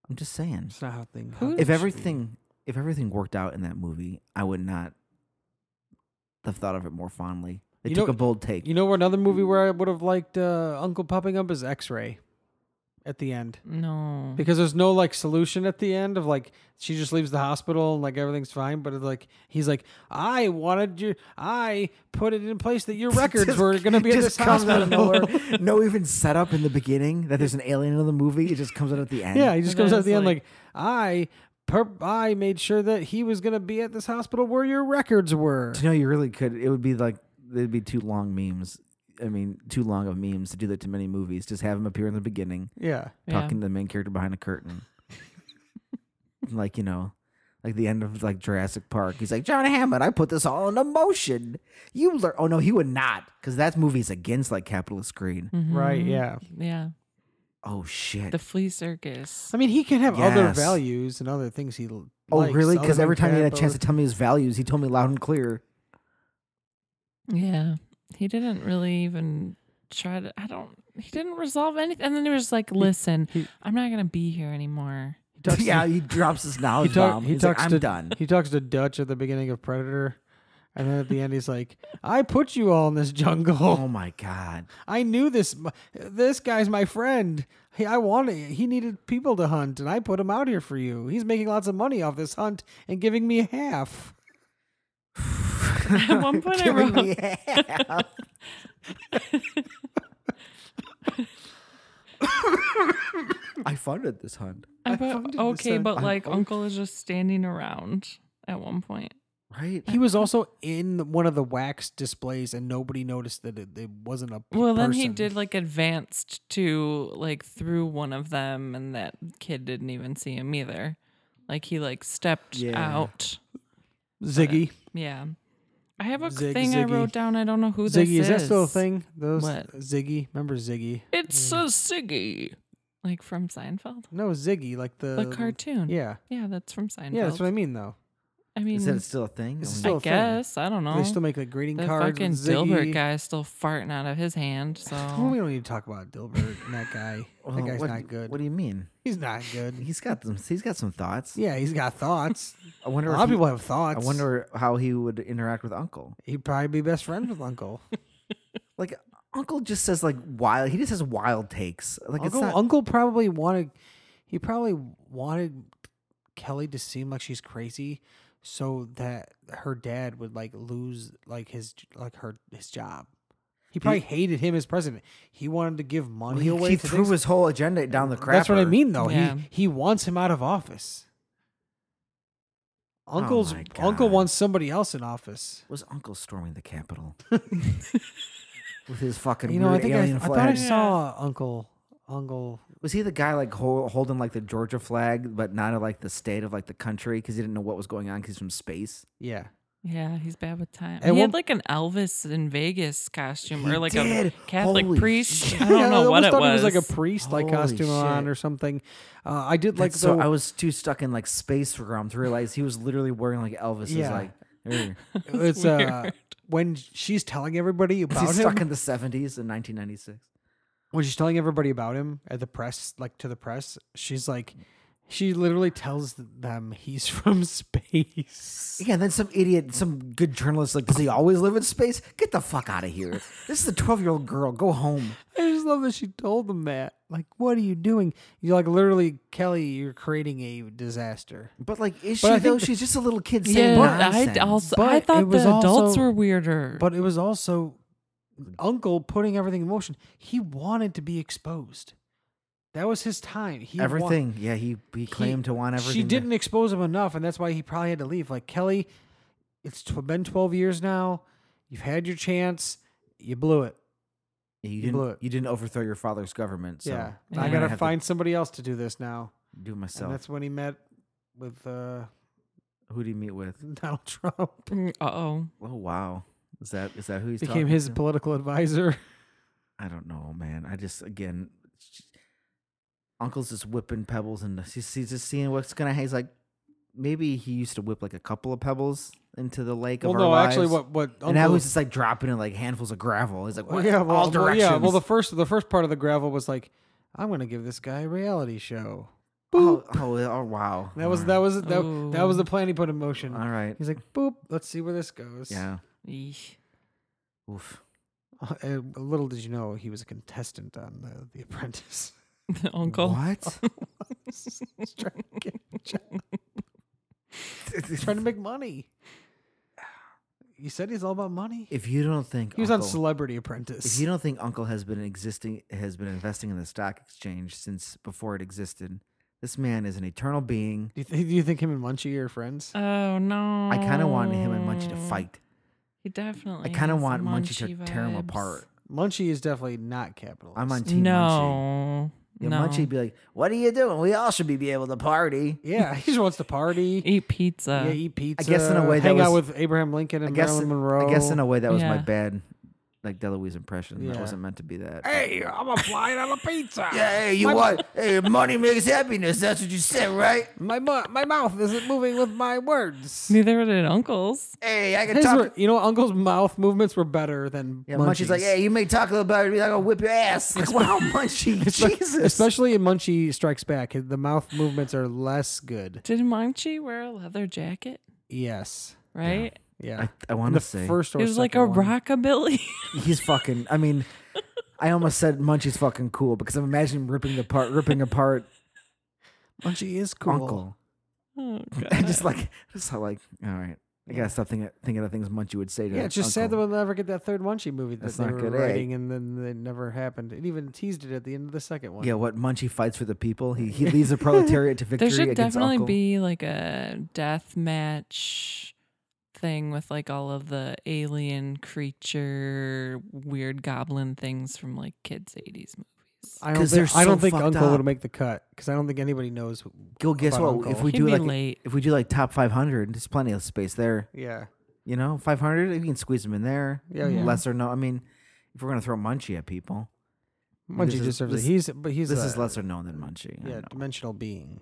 S2: I'm just saying.
S1: That's not how things.
S3: Who-
S2: If everything if everything worked out in that movie, I would not have thought of it more fondly. They
S1: You
S2: took
S1: know-
S2: a bold take.
S1: You know, where another movie where I would have liked uh, Uncle popping up is X Ray, at the end.
S2: Mm-hmm.
S3: No.
S1: because there's no like solution at the end of like she just leaves the hospital and like everything's fine but it's like he's like i wanted you i put it in place that your records
S2: Just-
S1: were gonna be at this
S2: just comes
S1: hospital
S2: out of nowhere. no even setup in the beginning that there's an alien in the movie. It just comes out at the end.
S1: yeah he just
S3: And
S1: comes
S3: then
S1: out at the
S3: it's
S1: end like
S3: like-
S1: i per- i made sure that he was gonna be at this hospital where your records were
S2: Do You know, you really could. It would be like it'd be too long memes. I mean, too long of memes to do that to many movies. Just have them appear in the beginning,
S1: yeah
S3: Yeah.
S2: talking to the main character behind a curtain, like you know, like the end of like Jurassic Park. He's like John Hammond. I put this all into motion. You learn.
S1: Mm.
S2: Oh no, he would not, because that movie's against like capitalist greed.
S1: right yeah
S3: Mm-hmm. Yeah.
S2: Oh shit.
S3: The flea circus.
S1: I mean, he can have other
S2: Yes.
S1: values and other things he. l-
S2: oh
S1: likes
S2: really?
S1: other
S2: Because
S1: than
S2: every time he had a
S1: Cadbo.
S2: chance to tell me his values, he told me loud and clear.
S3: Yeah. He didn't really even try to I don't he didn't resolve anything. And then he was like, Listen,
S1: he-
S3: I'm not gonna be here anymore.
S1: He talks to-
S2: yeah, he drops his knowledge
S1: talk-
S2: bomb.
S1: he
S2: He's like,
S1: talks
S2: I'm
S1: to-
S2: done.
S1: He talks to Dutch at the beginning of Predator, and then at the end he's like, "I put you all in this jungle.
S2: Oh my god.
S1: I knew this. m- This guy's my friend. He, I wanted. He needed people to hunt, and I put him out here for you. He's making lots of money off this hunt and giving me half.
S3: At one point I
S2: Giving
S3: wrote
S2: me half. I funded this hunt,
S3: I
S1: I
S3: put,
S1: funded this
S3: okay,
S1: on-
S3: but
S2: I'm
S3: like
S2: old.
S3: uncle is just standing around at one point.
S2: right?
S1: He was also in one of the wax displays, and nobody noticed that it, it wasn't a.
S3: Well then he
S1: person.
S3: did like advanced to like through one of them and that kid didn't even see him either. Like he like stepped
S2: Yeah.
S3: out.
S1: Ziggy.
S3: Yeah. I have a
S1: Zig-
S3: thing I
S1: Ziggy.
S3: wrote down. I don't know who this
S1: Ziggy, is that still a thing? Hmm. Those
S3: What?
S1: Ziggy. Remember Ziggy?
S3: It's a Siggy. Like from Seinfeld.
S1: No, Ziggy, like the
S3: The cartoon.
S1: Um, Yeah,
S3: Yeah, that's from Seinfeld.
S1: yeah, that's what I mean though.
S3: I mean,
S2: Is that still a thing?
S1: Is it
S2: Oh,
S1: still
S3: I
S1: a thing?
S3: guess. I don't know.
S1: They still make like greeting
S3: the
S1: cards.
S3: fucking
S1: with Ziggy.
S3: Dilbert guy is still farting out of his hand.
S1: Oh, we
S3: So
S1: don't need to talk about Dilbert and that guy.
S2: well,
S1: that guy's
S2: what-
S1: not good.
S2: What do you mean?
S1: he's not good.
S2: He's got them. He's got some thoughts.
S1: Yeah, he's got thoughts. A
S2: I wonder. if
S1: lot of
S2: he-
S1: people have thoughts.
S2: I wonder how he would interact with Uncle.
S1: He'd probably be best friends with Uncle.
S2: Like Uncle just says like wild. He just has wild takes. Like
S1: Uncle,
S2: it's not.
S1: Uncle probably wanted. He probably wanted Kelly to seem like she's crazy, so that her dad would like lose like his like her his job. He probably hated him as president. He wanted to give
S2: Well,
S1: money
S2: he,
S1: away.
S2: he
S1: to
S2: threw
S1: things.
S2: his whole agenda down the crapper.
S1: That's what I mean, though.
S3: Yeah.
S1: He he wants him out of office.
S2: Oh
S1: Uncle's
S2: my
S1: uncle
S2: God.
S1: wants somebody else in office.
S2: Was Uncle storming the Capitol with his fucking
S1: You know, I
S2: weird
S1: think I,
S2: alien
S1: I thought I
S2: flag?
S1: saw Uncle Uncle.
S2: was he the guy like hol- holding like the Georgia flag, but not of like the state of like the country because he didn't know what was going on because he's from space?
S1: Yeah,
S3: yeah, he's bad with time.
S1: And
S3: he
S1: one-
S3: had like an Elvis in Vegas costume
S2: He
S3: or like a
S2: did.
S3: Catholic
S2: Holy
S3: priest.
S2: shit.
S3: I don't know what
S1: almost
S3: it
S1: thought
S3: was.
S1: It was like a priest like
S2: Holy
S1: costume on
S2: shit.
S1: or something. Uh, I did
S2: Like
S1: like
S2: so,
S1: the-
S2: I was too stuck in like space realm to realize he was literally wearing like Elvis's
S1: Yeah.
S2: like. er.
S1: it's uh, when she's telling everybody about
S2: He's
S1: him.
S2: stuck in the seventies in nineteen ninety six.
S1: when she's telling everybody about him at the press, like to the press, she's like, she literally tells them he's from space.
S2: Yeah, then some idiot, some good journalist, like, does he always live in space? Get the fuck out of here. This is a 12 year old girl. Go home.
S1: I just love that she told them that. Like, what are you doing? You're like literally, Kelly. You're creating a disaster.
S2: But, like, is
S1: But I
S2: she, though?
S1: think the-
S2: She's just a little kid saying
S3: yeah,
S2: nonsense.
S3: I also
S1: But
S3: I
S1: it
S3: thought
S1: was
S3: the adults
S1: also-
S3: were weirder.
S1: But it was also Uncle putting everything in motion. He wanted to be exposed. That was his time. He wa-
S2: everything. yeah, he, he
S1: he-
S2: claimed to want everything.
S1: She
S2: to-
S1: didn't expose him enough, and that's why he probably had to leave. Like Kelly, it's tw- been twelve years now. You've had your chance. You blew it.
S2: you,
S1: blew
S2: didn't
S1: it.
S2: you didn't overthrow your father's government. So
S1: yeah.
S2: I'm
S1: I
S2: gonna
S1: gotta
S2: have to
S1: find somebody else to do this now.
S2: do it myself.
S1: And that's when he met with uh,
S2: Who do you meet with?
S1: Donald Trump.
S3: uh oh.
S2: Oh, wow. Is that is that who he's
S1: Became
S2: talking
S1: his
S2: to?
S1: political advisor.
S2: I don't know, man. I just again, sh- Uncle's just whipping pebbles, and he's, he's just seeing what's gonna. He's like, maybe he used to whip like a couple of pebbles into the lake
S1: Well,
S2: of
S1: no,
S2: our lives.
S1: actually, what what
S2: and now he's just like dropping in like handfuls of gravel. He's like,
S1: Well,
S2: what?
S1: yeah, well,
S2: all
S1: well,
S2: directions.
S1: yeah. Well, the first the first part of the gravel was like, I'm gonna give this guy a reality show.
S2: oh, oh, oh, wow.
S1: That was that was that, that was
S3: Ooh.
S1: the plan he put in motion.
S2: Oh. All right.
S1: He's like, boop. Let's see where this goes.
S2: Yeah.
S3: Eesh.
S2: Oof.
S1: Uh, and little did you know he was a contestant on the, the Apprentice.
S3: Uncle.
S2: What?
S1: He's trying to get a job. He's trying to make money. You said he's all about money.
S2: if you don't think
S1: He was on
S2: Uncle,
S1: Celebrity Apprentice.
S2: if you don't think Uncle has been existing has been investing in the stock exchange since before it existed, this man is an eternal being.
S1: do, you thi- do you think him and Munchie are friends?
S3: Oh no.
S2: I kind of want him and Munchie to
S1: Mm,
S2: fight.
S3: He definitely.
S2: I kind of
S3: has
S2: want Munchie to
S3: Munchie
S2: tear him
S3: vibes.
S2: apart.
S1: Munchie is definitely not capitalist.
S2: I'm on team Munchie.
S3: no.
S2: Yeah,
S3: no.
S2: Munchie'd be like, "What are you doing? We all should be, be able to party."
S1: Yeah, he just wants to party.
S3: Eat pizza.
S1: yeah, eat pizza.
S2: I guess in a way that
S1: hang out
S2: was-
S1: with Abraham Lincoln
S2: I
S1: and
S2: guess,
S1: Marilyn Monroe.
S2: I guess in a way that was my
S3: Yeah.
S2: bad like Deloise impression. That
S1: Yeah.
S2: wasn't meant to be that.
S1: Hey, I'm applying on a pizza.
S2: hey, you what? Hey, money makes happiness. That's what you said, right?
S1: My mu- my mouth isn't moving with my words.
S3: Neither did uncles.
S2: Hey, I can
S1: His were- you know, Uncle's mouth movements were better than
S2: Yeah,
S1: Munchie's.
S2: Munchie's like, hey, you may talk a little about it. I'm gonna whip your ass. Like, wow, Munchie, Jesus.
S1: Especially in Munchie Strikes Back, the mouth movements are less good.
S3: Did Munchie wear a leather jacket?
S1: Yes.
S3: Right?
S1: Yeah.
S2: I, I
S1: In
S2: want
S1: the
S2: to say
S1: first or
S3: It was like a
S1: second one.
S3: rockabilly.
S2: he's fucking. I mean, I almost said Munchie's fucking cool because I'm imagining ripping the part, ripping apart
S1: Munchie is cool.
S2: Uncle.
S3: oh,
S2: I
S3: God.
S2: just like, just like, all right. I gotta stop thinking thinking of things Munchie would say to
S1: Yeah, it's just sad that
S2: Uncle.
S1: we'll never get that third Munchie movie that
S2: That's
S1: they
S2: not
S1: were
S2: good, eh?
S1: writing, and then it never happened. It even teased it at the end of the second one.
S2: Yeah, what Munchie fights for the people. He he leads the proletariat to victory
S3: There should
S2: against
S3: definitely
S2: Uncle.
S3: be like a death match thing with like all of the alien creature, weird goblin things from like kids' 80s movies.
S1: I don't
S2: 'Cause
S1: think,
S2: they're
S1: I
S2: so
S1: don't think
S2: fucked
S1: Uncle
S2: up.
S1: would make the cut because I don't think anybody knows. who-
S2: Go guess
S1: about
S2: what?
S1: Uncle.
S2: If we
S3: He'd
S2: do
S3: be
S2: like
S3: late.
S2: if we do like top 500, there's plenty of space there.
S1: Yeah,
S2: You know, 500, you can squeeze them in there.
S1: Yeah, yeah.
S2: Lesser known. I mean, if we're gonna throw Munchie at people,
S1: Munchie
S2: is-
S1: deserves
S2: Mm-hmm. this-
S1: it. He's but he's
S2: this
S1: a,
S2: is lesser known than Munchie. I
S1: Yeah,
S2: know.
S1: dimensional being.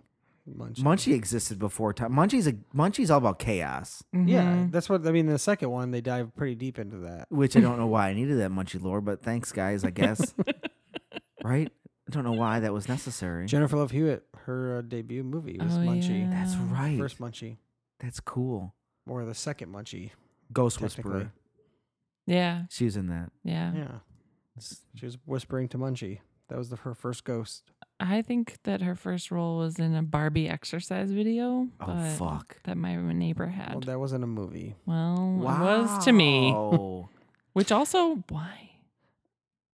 S1: Munchie.
S2: Munchie existed before time. Munchie's a Munchie's all about chaos,
S1: Yeah,
S3: Mhm.
S1: that's what I mean. The second one they dive pretty deep into that.
S2: which I don't know why I needed that Munchie lore, but thanks guys, I guess. right? I don't know why that was necessary.
S1: Jennifer Love Hewitt, her uh, debut movie was
S3: Oh,
S1: Munchie.
S3: yeah.
S2: That's right.
S1: First Munchie,
S2: That's cool.
S1: or the second Munchie.
S2: Ghost
S1: Technically.
S2: Whisperer.
S3: Yeah.
S2: She was in that.
S3: Yeah.
S1: Yeah,
S2: It's-
S1: she was whispering to Munchie. That was the, her first ghost.
S3: I think that her first role was in a Barbie exercise video.
S2: Oh
S3: but
S2: fuck.
S3: That my neighbor
S1: Well,
S3: had.
S1: that wasn't a movie.
S3: Well, it was to me.
S2: Wow.
S3: Which also, why?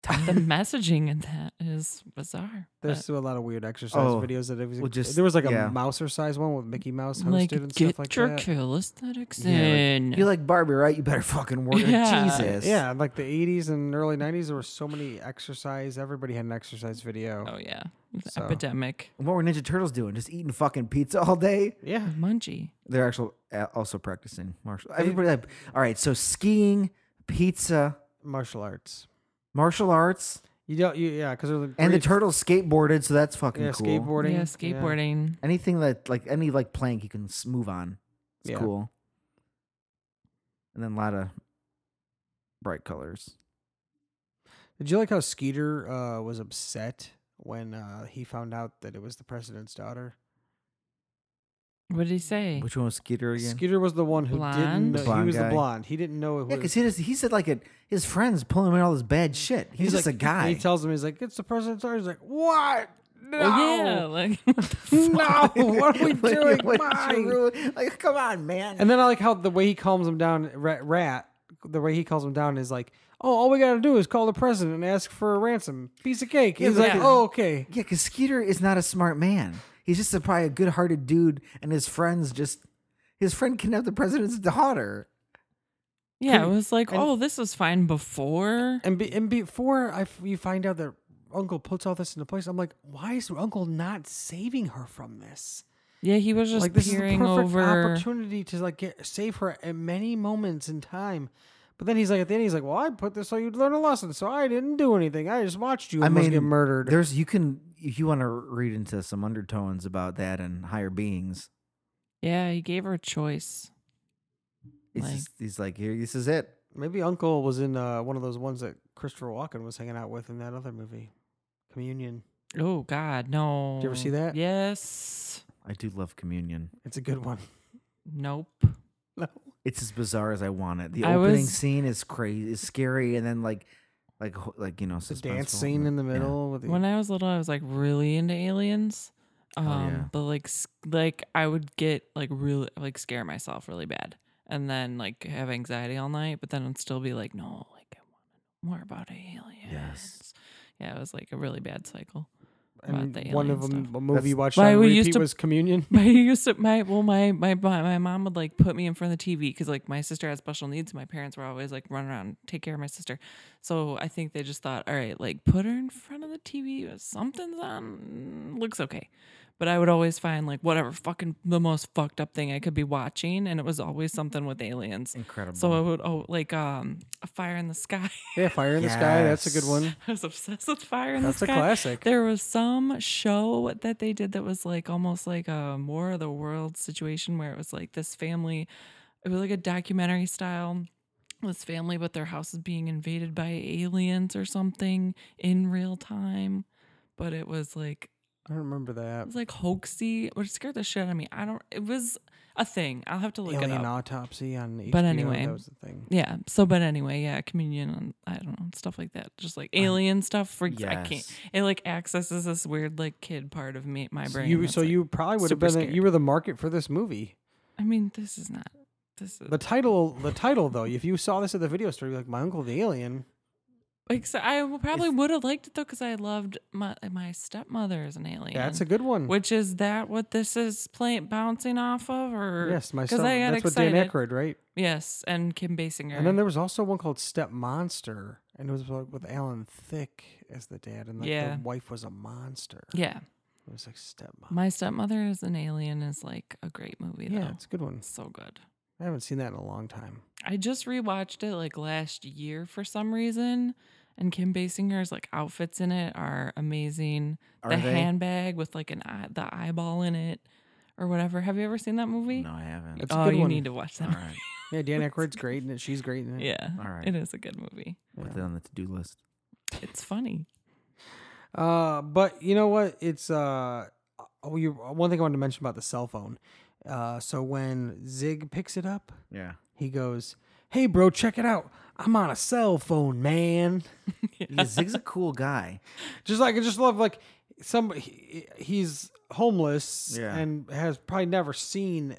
S3: The messaging in that is bizarre. but-
S1: There's still a lot of weird exercise
S2: Uh, Oh,
S1: videos that it was.
S2: well, just-
S1: there was like
S2: yeah.
S1: a mouser size one with Mickey Mouse hosted
S3: like,
S1: and
S3: get
S1: stuff like
S3: your
S1: that.
S3: cool aesthetics
S2: Yeah, like,
S3: in.
S2: You like Barbie, right? You better fucking work.
S3: Yeah.
S2: Jesus.
S1: Yeah, like the 80s and early 90s, there were so many exercise. Everybody had an exercise video.
S3: oh yeah, It's
S1: So.
S3: epidemic. Oh,
S2: What were Ninja Turtles doing? Just eating fucking pizza all day?
S1: Yeah,
S3: Munchie.
S2: They're actual uh, also practicing martial. Everybody like, all right. So skiing, pizza,
S1: martial arts.
S2: martial arts,
S1: You don't, you, yeah, because
S2: and the turtles skateboarded. So that's fucking
S1: yeah,
S2: cool.
S1: skateboarding,
S3: Yeah, skateboarding.
S2: Anything that like any like plank you can s- move on. It's
S1: Yeah.
S2: cool. And then a lot of bright colors.
S1: Did you like how Skeeter uh, was upset when uh, he found out that it was the president's daughter?
S3: What did he say?
S2: Which one was Skeeter again?
S1: Skeeter was the one who didn't.
S3: Blonde?
S1: Know, he
S2: Blonde
S1: was
S2: guy.
S1: the blonde. He didn't know it was.
S2: Yeah, because he just he said like it, his friends pulling him in all this bad shit. He's, just
S1: like
S2: a guy.
S1: He tells him he's like, "It's the president's daughter." He's like, "What? No,
S3: Oh, yeah, like
S1: no. "Oh, What are we
S2: Like,
S1: doing?
S2: what did
S1: Mine?"
S2: you ruin- Like, come on, man.
S1: And then I like how the way he calms him down, rat, rat. The way he calms him down is like, "Oh, all we gotta do is call the president and ask for a ransom, piece of cake."
S2: Yeah,
S1: He's
S2: but
S1: like,
S3: yeah.
S1: "Oh, okay."
S2: yeah, because Skeeter is not a smart man. He's just a, probably a good-hearted dude, and his friends just his friend kidnapped the president's daughter.
S3: yeah, it was like,
S1: And-
S3: oh, this was fine before.
S1: And be, and before I f- you find out that Uncle puts all this into place, I'm like, why is Uncle not saving her from this?
S3: Yeah, he was just
S1: like this is the
S3: peering
S1: perfect
S3: over.
S1: opportunity to like get, save her at many moments in time. But then he's like, at the end, he's like, "Well, I put this so you'd learn a lesson. So I didn't do anything. I just watched you
S2: I
S1: almost
S2: mean,
S1: get murdered."
S2: There's you can if you want to read into some undertones about that and higher beings.
S3: Yeah, he gave her a choice.
S2: It's
S3: Like-
S2: just, he's like, here, this is it.
S1: Maybe Uncle was in uh, one of those ones that Christopher Walken was hanging out with in that other movie, Communion.
S3: Oh God, no.
S1: Did you ever see that?
S3: Yes.
S2: I do love communion.
S1: It's a good one.
S3: Nope.
S1: No.
S2: it's as bizarre as I want it. The
S3: I
S2: opening
S3: was-
S2: scene is crazy, is scary, and then like, like, ho- like you know,
S1: The dance
S2: suspenseful,
S1: scene
S2: and
S1: in the
S2: then- yeah.
S1: middle with the
S3: When I was little, I was like really into aliens. Um,
S2: yeah.
S3: but like, s- like I would get like really like scare myself really bad, and then like have anxiety all night. But then I'd still be like, no, like I want to know more about aliens. Yeah, it was like a really bad cycle. about
S1: and
S3: the
S1: one of
S3: alien
S1: them
S3: stuff.
S1: a movie
S2: That's-
S1: you watched
S3: Why
S1: on
S3: we
S1: repeat
S3: used to-
S1: was Communion.
S3: My used to my well my my my my mom would like put me in front of the TV because like my sister had special needs. My parents were always like run around take care of my sister, so I think they just thought all right like put her in front of the TV. Something's on looks okay, But I would always find like whatever fucking the most fucked up thing I could be watching, and it was always something with aliens.
S2: Incredible.
S3: So I would oh like um a fire in the sky.
S1: Yeah, Fire in the Sky. That's a good
S2: Yes.
S1: one.
S3: I was obsessed with fire in
S1: That's
S3: the
S1: a
S3: sky.
S1: classic.
S3: There was some show that they did that was like almost like a War of the World situation where it was like this family, it was like a documentary style. This family, but their house is being invaded by aliens or something in real time. But it was like
S1: I don't remember
S3: it
S1: that.
S3: was like hoaxy. It scared the shit out of me. I don't. It was a thing. I'll have to look
S1: Alien
S3: it up.
S1: Autopsy on HBO.
S3: But anyway.
S1: that was the thing.
S3: Yeah. So, but anyway, yeah, communion and I don't know stuff like that. Just like alien stuff freaks. I can't.
S2: yes.
S3: It like accesses this weird like kid part of me, my
S1: So
S3: brain.
S1: you
S3: that's
S1: so
S3: like,
S1: you probably would have
S3: super
S1: been you
S3: scared.
S1: were the market for this movie.
S3: I mean, this is not. This is
S1: The title the title though, if you saw this at the video store, you'd be like my uncle the alien.
S3: like. So I w- probably would have liked it though because I loved my my stepmother is an alien.
S1: That's a good one.
S3: Which is that what this is playing bouncing off of or
S1: yes, my
S3: because
S1: son.
S3: I got
S1: That's
S3: excited.
S1: with Dan Aykroyd, right?
S3: Yes, and Kim Basinger.
S1: And then there was also one called Step Monster, and it was like with Alan Thicke as the dad, and like
S3: Yeah.
S1: the wife was a monster.
S3: yeah,
S1: It was like Step Monster.
S3: my stepmother is an alien is like a great movie
S1: Yeah,
S3: though.
S1: it's a good one.
S3: So good.
S1: I haven't seen that in a long time.
S3: I just rewatched it like last year for some reason, and Kim Basinger's like outfits in it are amazing.
S2: Are
S3: the
S2: they?
S3: handbag with like an eye, the eyeball in it, or whatever. Have you ever seen that movie?
S2: no, I haven't.
S1: It's a
S3: oh,
S1: good
S3: you
S1: one.
S3: need to watch that.
S2: All right.
S1: Yeah, Dan Aykroyd's great in it. She's great in it.
S3: Yeah,
S2: All right.
S3: it is a good movie.
S2: Put that on the to do list.
S3: It's funny.
S1: Uh, but you know what? It's uh, oh, you one thing I wanted to mention about the cell phone. Uh, so when Zig picks it up,
S2: Yeah.
S1: he goes, "Hey, bro, check it out. I'm on a cell phone, man."
S2: yeah. Zig's a cool guy.
S1: Just like I just love like some he, he's homeless
S2: Yeah.
S1: and has probably never seen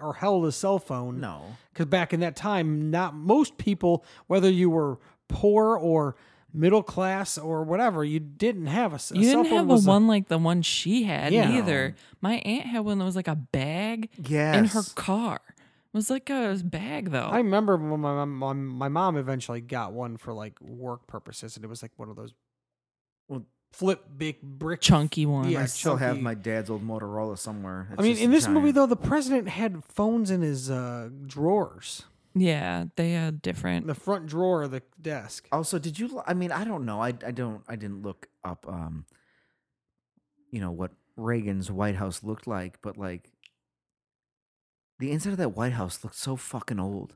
S1: or held a cell phone.
S2: No.
S1: because back in that time, not most people, whether you were poor or middle class or whatever, you didn't have a, s- a
S3: You
S1: cell
S3: didn't
S1: phone.
S3: have a
S1: was
S3: one like the one she had
S1: Yeah.
S3: either. My aunt had one that was like a bag
S2: Yes.
S3: in her car. It was like a bag though.
S1: I remember when my mom, my, my mom eventually got one for like work purposes, and it was like one of those
S2: Well-
S1: flip big brick
S3: chunky one.
S1: Yeah.
S2: I still have
S1: chunky.
S2: my dad's old Motorola somewhere.
S1: I mean, in this movie though, the president had phones in his uh, drawers,
S3: Yeah, they had different.
S1: the front drawer of the desk.
S2: Also, did you? I mean, I don't know. I, I don't. I didn't look up. Um, you know what Reagan's White House looked like, but like, the inside of that White House looked so fucking old.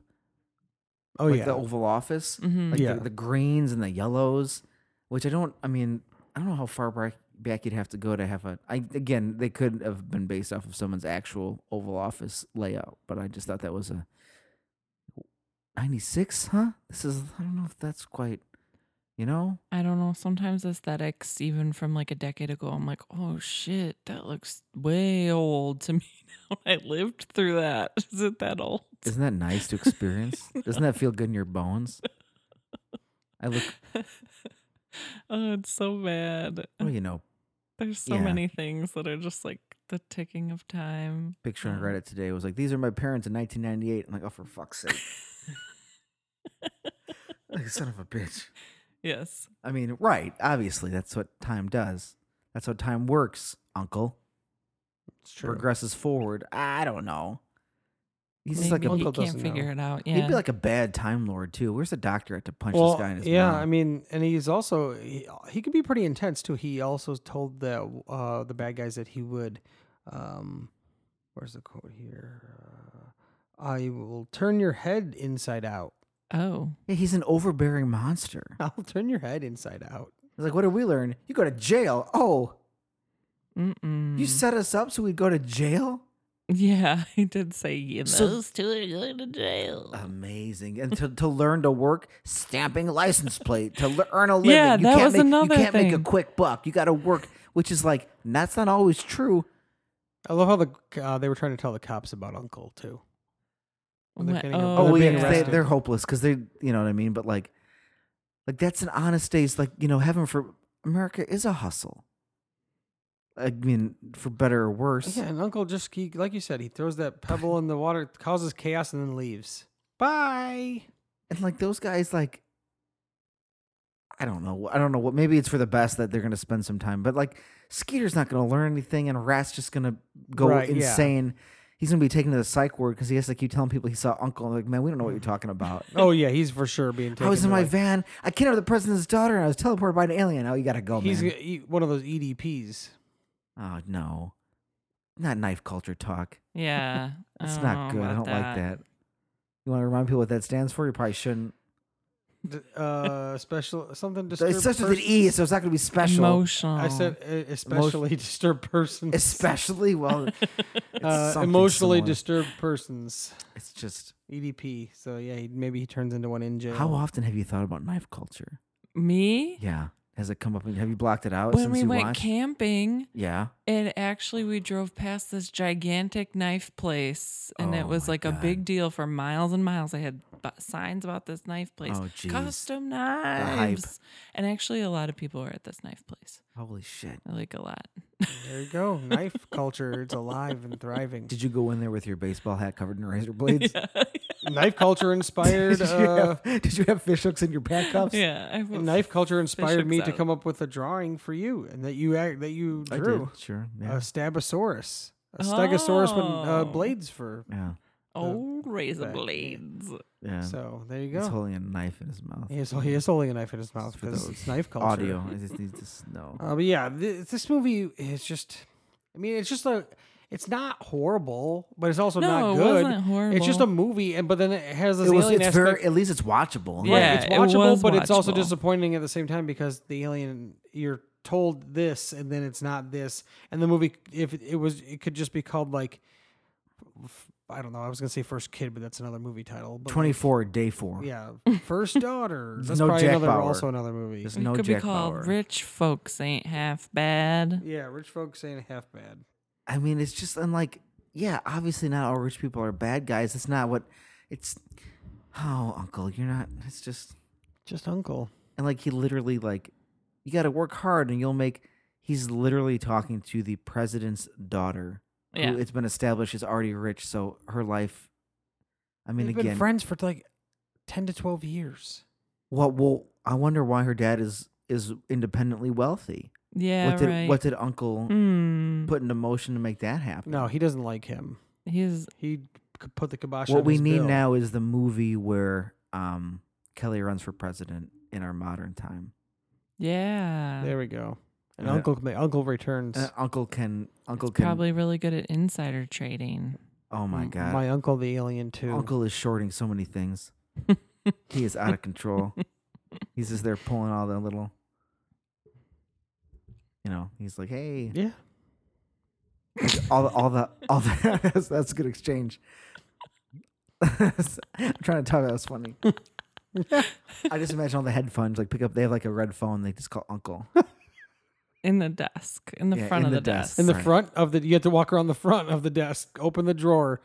S1: Oh
S2: like
S1: yeah,
S2: the Oval Office,
S3: Mhm.
S2: like
S1: Yeah.
S2: the, the greens and the yellows, which I don't. I mean, I don't know how far back back you'd have to go to have a. I again, they could have been based off of someone's actual Oval Office layout, but I just thought that was a ninety six, huh? This is. I don't know if that's quite. You know,
S3: I don't know. Sometimes aesthetics, even from like a decade ago, I'm like, oh shit, that looks way old to me now. I lived through that. Is it that old?
S2: isn't that nice to experience? Doesn't that feel good in your bones? I look.
S3: oh, it's so bad.
S2: Well, you know,
S3: There's so
S2: Oh, yeah.
S3: many things that are just like the ticking of time.
S2: picture on
S3: Um,
S2: Reddit today was like, "These are my parents in 1998." I'm like, "Oh, for fuck's sake!" like son of a bitch.
S3: Yes.
S2: I mean, right? Obviously, that's what time does. That's how time works, Uncle.
S1: it's true.
S2: Progresses forward. I don't know. He's just like
S3: Maybe
S2: a.
S1: Uncle
S3: he can't
S1: doesn't
S3: figure
S1: know.
S3: it out.
S2: He'd
S3: Yeah.
S2: be like a bad time lord too. Where's the doctor at to punch
S1: well,
S2: this guy in his
S1: yeah,
S2: mouth?
S1: I mean, and he's also he, he could be pretty intense too. He also told the uh, the bad guys that he would, um, where's the quote here? Uh, I will turn your head inside out.
S3: oh.
S2: yeah, he's an overbearing monster.
S1: I'll turn your head inside out.
S2: He's like, what did we learn? You go to jail. Oh,
S3: Mm-mm.
S2: you set us up so we'd go to jail.
S3: yeah, he did say, you know,
S2: So-
S3: those two are going to jail.
S2: Amazing. And to, to learn to work stamping license plate to le- earn a living.
S3: Yeah,
S2: you
S3: that
S2: can't
S3: was
S2: make,
S3: another
S2: You can't make a
S3: thing.
S2: quick buck. You got to work, which is like that's not always true.
S1: I love how the uh, they were trying to tell the cops about Uncle too. When they're
S3: What-
S1: getting a-
S3: oh,
S1: Well,
S2: Oh,
S1: they're
S2: yeah,
S1: being
S2: 'cause they,
S1: arrested.
S2: they're hopeless because they, you know what I mean. But like, like that's an honest day's like you know heaven for America is a hustle. I mean, for better or worse.
S1: Yeah, and Uncle just he, like you said, he throws that pebble in the water, causes chaos, and then leaves. Bye.
S2: And like those guys, like I don't know. I don't know what. Maybe it's for the best that they're going to spend some time. But like Skeeter's not going to learn anything, and Rat's just going to go
S1: Right, yeah.
S2: insane. He's going to be taken to the psych ward because he has to keep telling people he saw Uncle. and Like, man, we don't know what you're talking about.
S1: Oh yeah, he's for sure being taken.
S2: I was in
S1: to,
S2: my
S1: like-
S2: van. I kidnapped the president's daughter, and I was teleported by an alien. Oh, you got to go,
S1: He's
S2: man.
S1: gonna eat one of those E EDPs.
S2: oh no, not knife culture talk.
S3: Yeah. I
S2: That's
S3: don't
S2: not
S3: know
S2: good. I don't
S3: Oh, about
S2: like that. You want to remind people what that stands for? You probably shouldn't.
S1: D- Uh, special something disturbed.
S2: It's such with an
S1: person-
S2: E, Oh. so it's not going to be special.
S3: Emotional.
S1: I said uh, especially disturbed persons.
S2: Especially, well, it's
S1: uh,
S2: something
S1: emotionally
S2: similar.
S1: disturbed persons.
S2: It's just
S1: EDP. So yeah, he, maybe he turns into one in jail.
S2: how often have you thought about knife culture?
S3: me
S2: Yeah, has it come up? and Have you blocked it out
S3: when
S2: since
S3: we
S2: you
S3: went
S2: watched?
S3: camping.
S2: yeah,
S3: And actually, we drove past this gigantic knife place, and
S2: Oh
S3: it was
S2: my
S3: like
S2: God.
S3: a big deal for miles and miles. They had bu- signs about this knife place,
S2: Oh, jeez.
S3: custom knives, and actually, a lot of people were at this knife place.
S2: holy shit!
S3: I like a lot.
S1: There you go. Knife culture. It's alive and thriving.
S2: Did you go in there with your baseball hat covered in razor blades?
S1: Knife culture inspired.
S2: did, you
S1: Uh,
S2: have, did you have fish hooks in your pant cuffs?
S3: yeah, I will-
S1: knife culture inspired me
S3: checks
S1: to
S3: out.
S1: come up with a drawing for you, and that you act that you
S2: I
S1: drew
S2: did. Sure.
S1: a
S2: Yeah.
S1: Stabosaurus, a Stegosaurus with uh,
S3: Oh.
S1: blades for.
S2: yeah.
S3: old razor
S1: back.
S3: blades.
S2: Yeah.
S1: So there you
S2: He's
S1: go.
S2: holding a knife in his mouth.
S1: He is, he is holding a knife in his mouth
S2: For
S1: because
S2: those
S1: it's knife culture.
S2: Audio. I just need to s- know.
S1: Uh, but yeah, th- this movie is just. I mean, it's just a. It's not horrible, but it's also
S3: No,
S1: not
S3: it
S1: good.
S3: wasn't
S1: It's just
S3: horrible.
S1: a movie, and but then it has this
S2: it was,
S1: alien
S2: it's
S1: aspect.
S2: very, at least it's watchable.
S1: Right,
S3: Yeah,
S1: it's
S3: it
S1: watchable,
S3: was
S1: but it's also
S3: watchable.
S1: disappointing at the same time because the alien you're told this and then it's not this, and the movie if it was it could just be called like f- I don't know. I was gonna say first kid, but that's another movie title. But like,
S2: 24, day four.
S1: yeah, first daughter.
S2: There's
S1: That's
S2: no
S1: probably
S2: Jack
S1: another
S2: Bauer.
S1: also another movie.
S2: There's
S3: It
S2: no
S3: could
S2: Jack
S3: be called
S2: Bauer.
S3: "Rich Folks Ain't Half Bad."
S1: yeah, rich folks ain't half bad.
S2: I mean, it's just unlike, yeah, obviously not all rich people are bad guys. It's not what, it's, oh, uncle, you're not, it's just,
S1: Just uncle.
S2: and like he literally, like, you got to work hard and you'll make, he's literally talking to the president's daughter.
S3: Yeah.
S2: Who it's been established is already rich. So her life, I mean,
S1: They've
S2: again,
S1: been friends for like ten to twelve years.
S2: what will, I wonder why her dad is, is independently wealthy.
S3: Yeah,
S2: what did,
S3: right.
S2: what did uncle
S3: Hmm.
S2: put into motion to make that happen?
S1: No, he doesn't like him.
S3: He's
S1: He c- put the kibosh.
S2: what
S1: on
S2: we
S1: his
S2: need
S1: bill.
S2: now is the movie where um, Kelly runs for president in our modern time.
S3: yeah.
S1: There we go. And
S2: Yeah. Uh,
S1: Uncle ma- Uncle returns.
S2: And uncle can uncle can
S3: Probably really good at insider trading.
S2: oh my
S1: M-
S2: god.
S1: My uncle the alien too.
S2: uncle is shorting so many things. he is out of control. he's just there pulling all the little you know, he's like, "Hey,
S1: Yeah.
S2: all the, all the all the that's, that's a good exchange." I'm trying to tell you that was funny. I just imagine all the headphones like pick up. They have like a red phone. They just call uncle.
S3: In the desk. In the
S2: Yeah, in
S3: front of
S2: the
S3: the,
S2: desk.
S3: desk.
S1: In the
S2: Right.
S1: front of the, you have to walk around the front of the desk, open the drawer,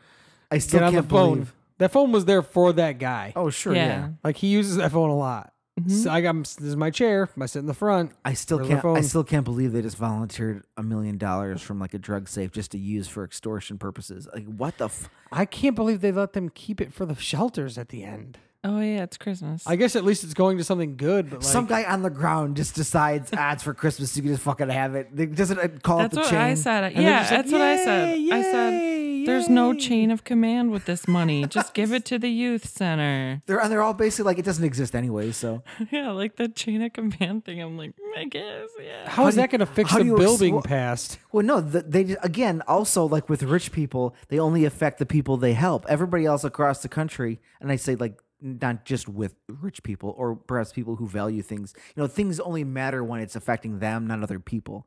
S2: I still
S1: get on
S2: can't
S1: the phone.
S2: believe.
S1: That phone was there for that guy.
S2: Oh sure, yeah.
S3: yeah.
S1: Like he uses that phone a lot. So I got this is my chair. I sit in the front.
S2: I still
S1: Where's the
S2: can't. I
S1: phone?
S2: still can't believe they just volunteered a million dollars from like a drug safe just to use for extortion purposes. Like what the? F-
S1: I can't believe they let them keep it for the shelters at the end.
S3: Oh yeah, it's Christmas.
S1: I guess at least it's going to something good. But like,
S2: Some guy on the ground just decides ah, it's for Christmas. You can just fucking have it. They doesn't uh, call up
S3: that's
S2: the
S3: what
S2: chain.
S3: I said.
S2: they're
S3: Yeah,
S2: just like,
S3: that's what I said.
S2: "Yay,
S3: I
S2: yay,
S3: said there's no
S2: yay."
S3: chain of command with this money. Just give it to the youth center.
S2: They're and they're all basically like it doesn't exist anyway. So
S3: yeah, like the chain of command thing. I'm like, "Mm, I guess, yeah.
S1: how is
S2: do
S1: that
S2: you-
S1: going to fix
S2: how
S1: the
S2: do you ex-
S1: building
S2: well-
S1: past?
S2: well, no, th- they just, again also like with rich people, they only affect the people they help. Everybody else across the country, and I say like not just with rich people or perhaps people who value things. You know, things only matter when it's affecting them, not other people.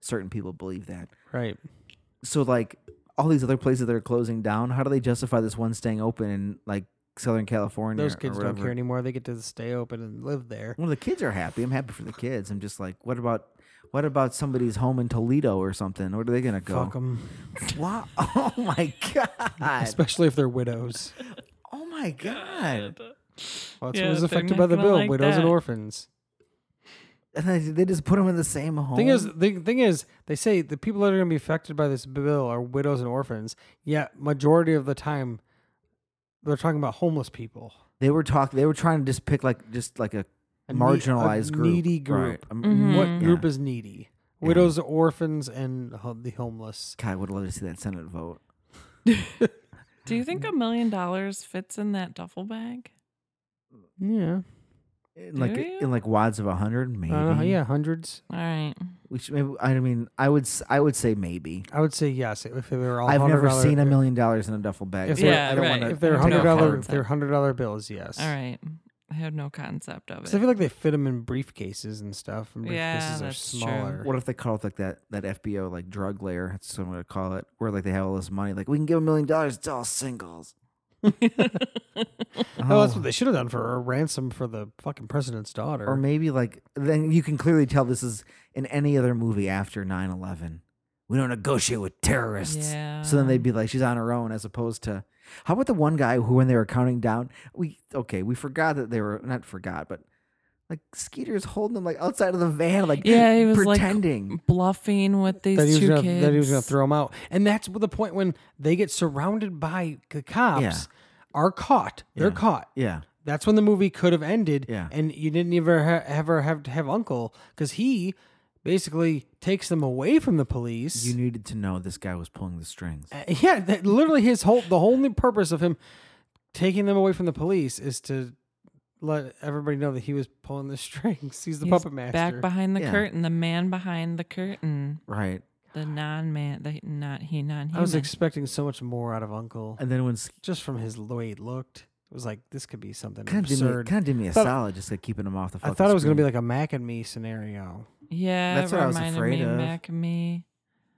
S2: Certain people believe that.
S1: Right.
S2: so like all these other places that are closing down, how do they justify this one staying open in like Southern California?
S1: Those
S2: or
S1: kids don't
S2: whatever?
S1: care anymore. They get to stay open and live there.
S2: Well, the kids are happy. I'm happy for the kids. I'm just like, what about what about somebody's home in Toledo or something? Where are they gonna go?
S1: Fuck them.
S2: Wow! Oh my god!
S1: Especially if they're widows.
S2: Oh my god!
S1: Well, that's
S3: Yeah,
S1: what was
S3: they're
S1: affected
S3: not
S1: by the
S3: gonna
S1: bill.
S3: like
S1: widows and
S3: that.
S1: orphans.
S2: And they, they just put them in the same home.
S1: Thing is, the thing is, they say the people that are going to be affected by this bill are widows and orphans. Yet, majority of the time, they're talking about homeless people.
S2: they were talking. They were trying to just pick like just like a
S1: a ne- a
S2: marginalized group.
S1: needy group.
S2: Right. Um,
S3: Mhm.
S1: What
S3: Mm.
S1: group
S2: Yeah.
S1: is needy? Widows, orphans, and ho- the homeless.
S2: God, I would love to see that Senate vote.
S3: Do you think a million dollars fits in that duffel bag?
S1: Yeah,
S2: In like
S3: you?
S2: in like wads of a hundred, maybe.
S1: uh, yeah, hundreds.
S3: All right.
S2: Which maybe I mean, I would s- I would say maybe.
S1: I would say yes if they were all.
S2: I've never
S1: $100
S2: seen a million dollars in a duffel bag.
S1: If
S2: so
S1: they're-
S2: I don't
S3: Yeah,
S2: wanna-
S3: right.
S1: If they're
S3: No
S1: hundred dollar, if
S3: concept.
S1: they're hundred dollar bills, yes.
S3: All right. I have no concept of
S1: So I
S3: it.
S1: feel like they fit them in briefcases and stuff, and briefcases
S3: Yeah,
S1: are
S3: that's true.
S1: smaller.
S2: What if they call it like that that FBO like drug layer? That's what I'm gonna call it. Where like they have all this money, like we can give a million dollars. It's all singles.
S1: Oh, that's what they should have done for a ransom for the fucking president's daughter.
S2: Oh. or maybe like then you can clearly tell this is in any other movie after 9-11 we don't negotiate with terrorists
S3: Yeah.
S2: so then they'd be like she's on her own as opposed to how about the one guy who when they were counting down we okay we forgot that they were not forgot but like skeeter's holding them like outside of the van like
S3: Yeah, he was, like,
S2: pretending
S3: bluffing with these
S1: that he, was
S3: two
S1: gonna,
S3: kids.
S1: that he was gonna throw them out, and that's the point when they get surrounded by the cops,
S2: Yeah.
S1: are caught. They're
S2: Yeah.
S1: caught.
S2: yeah
S1: That's when the movie could have ended.
S2: Yeah.
S1: And you didn't ever ha- ever have to have Uncle because he basically takes them away from the police.
S2: you needed to know this guy was pulling the strings
S1: Uh, yeah, that, literally his whole the whole new purpose of him taking them away from the police is to let everybody know that he was pulling the strings. He's the
S3: He's
S1: puppet master.
S3: Back behind the
S2: Yeah.
S3: curtain, the man behind the curtain,
S2: right
S3: the non-man, the not he non-human.
S1: I was expecting so much more out of Uncle,
S2: and then when Ske-
S1: just from his the way he looked. It was like this could be something
S2: kind of did me,
S1: absurd.
S2: kind of did me a
S1: Thought-
S2: solid just like keeping him off the
S1: I
S2: fucking
S1: thought it was
S2: going
S1: gonna
S2: to
S1: be like a Mac and Me scenario.
S3: Yeah,
S2: That's
S3: it
S2: what I was
S3: reminded
S2: afraid
S3: me
S2: of.
S3: Mac and me.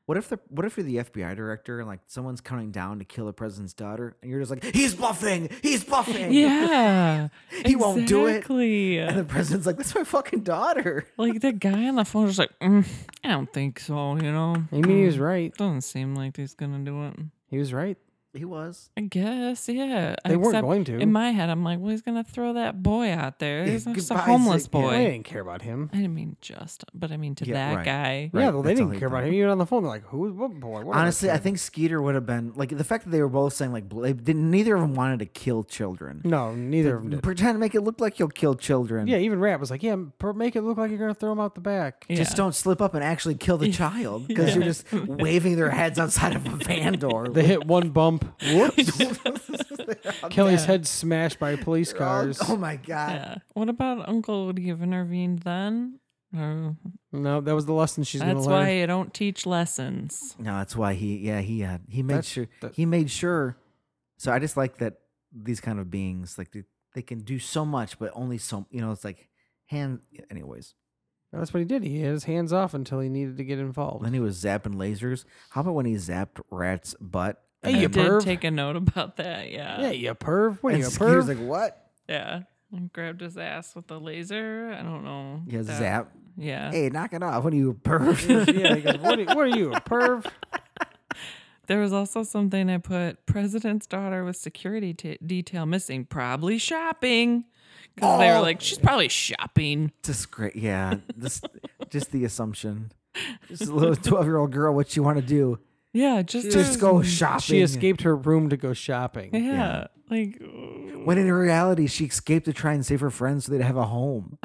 S2: What if the what if you're the FBI director and like someone's counting down to kill the president's daughter and you're just like he's bluffing, he's bluffing.
S3: Yeah,
S2: He won't do it.
S3: exactly.
S2: And the president's like, "That's my fucking daughter."
S3: like the guy on the phone was like, "Mm, I don't think so. You know, Mm.
S1: I mean, he was right.
S3: doesn't seem like he's gonna do it.
S1: He was right.
S2: He was.
S3: I guess, yeah.
S1: They weren't
S3: Except
S1: going to.
S3: In my head, I'm like, well, he's gonna throw that boy out there.
S2: Yeah,
S3: He's just a
S2: goodbye,
S3: homeless
S2: Zig. Yeah.
S3: boy.
S1: They didn't care about him.
S3: I didn't mean just, but I mean to
S2: Yeah,
S3: that
S2: right.
S3: guy.
S2: Right,
S1: yeah, well, they
S2: that's all
S1: didn't
S2: he
S1: care about
S2: thought.
S1: him. Even on the phone, they're like, "Who's what boy?" What about
S2: Honestly, I
S1: him?"
S2: think Skeeter would have been like the fact that they were both saying like bl- they didn't. Neither of them wanted to kill children.
S1: no, neither of them did.
S2: Pretend to make it look like you'll kill children.
S1: Yeah, even Rat was like, "Yeah, per- make it look like you're gonna throw him out the back."
S3: Yeah.
S2: Just don't slip up and actually kill the child because you're just waving their heads outside of a van door.
S1: They hit one bump. Whoops!
S2: They're
S1: Kelly's head smashed by police
S2: all-
S1: cars.
S2: Oh my god.
S3: Yeah. What about Uncle? Would he have intervened then? Or
S1: No, that was the lesson she's
S3: that's
S1: gonna learn.
S3: why you don't teach lessons.
S2: No, that's why he. Yeah, he. Uh, he made
S1: That's-
S2: sure.
S1: that-
S2: he made sure. So I just like that these kind of beings, like they, they can do so much, but only so. You know, it's like hand. Anyways,
S1: That's what he did. He had his hands off until he needed to get involved.
S2: then he was zapping lasers. How about when he zapped Rat's butt?
S1: Hey,
S3: I
S1: you
S3: did
S1: perv.
S3: take a note about that. Yeah.
S1: yeah, you perv. What are
S2: and
S1: you a
S2: Skeeter's
S1: perv?
S2: like, what?
S3: Yeah. And grabbed his ass with the laser. I don't know.
S2: Yeah,
S3: That-
S2: zap.
S3: Yeah.
S2: Hey, knock it off. What are you, a perv?
S1: yeah, he goes, what, are, what are you a perv?
S3: There was also something I put president's daughter with security t- detail missing, probably shopping. Because they were
S2: Oh.
S3: like, she's probably shopping.
S2: Discre- yeah, this, just the assumption. Just a little 12 year old girl, what you want to do?
S3: Yeah. Just,
S2: Just
S3: to-
S2: go shopping.
S1: She escaped her room to go shopping. Mm-hmm.
S3: Yeah.
S2: Yeah.
S3: Like,
S2: When in reality, she escaped to try and save her friends so they'd have a home.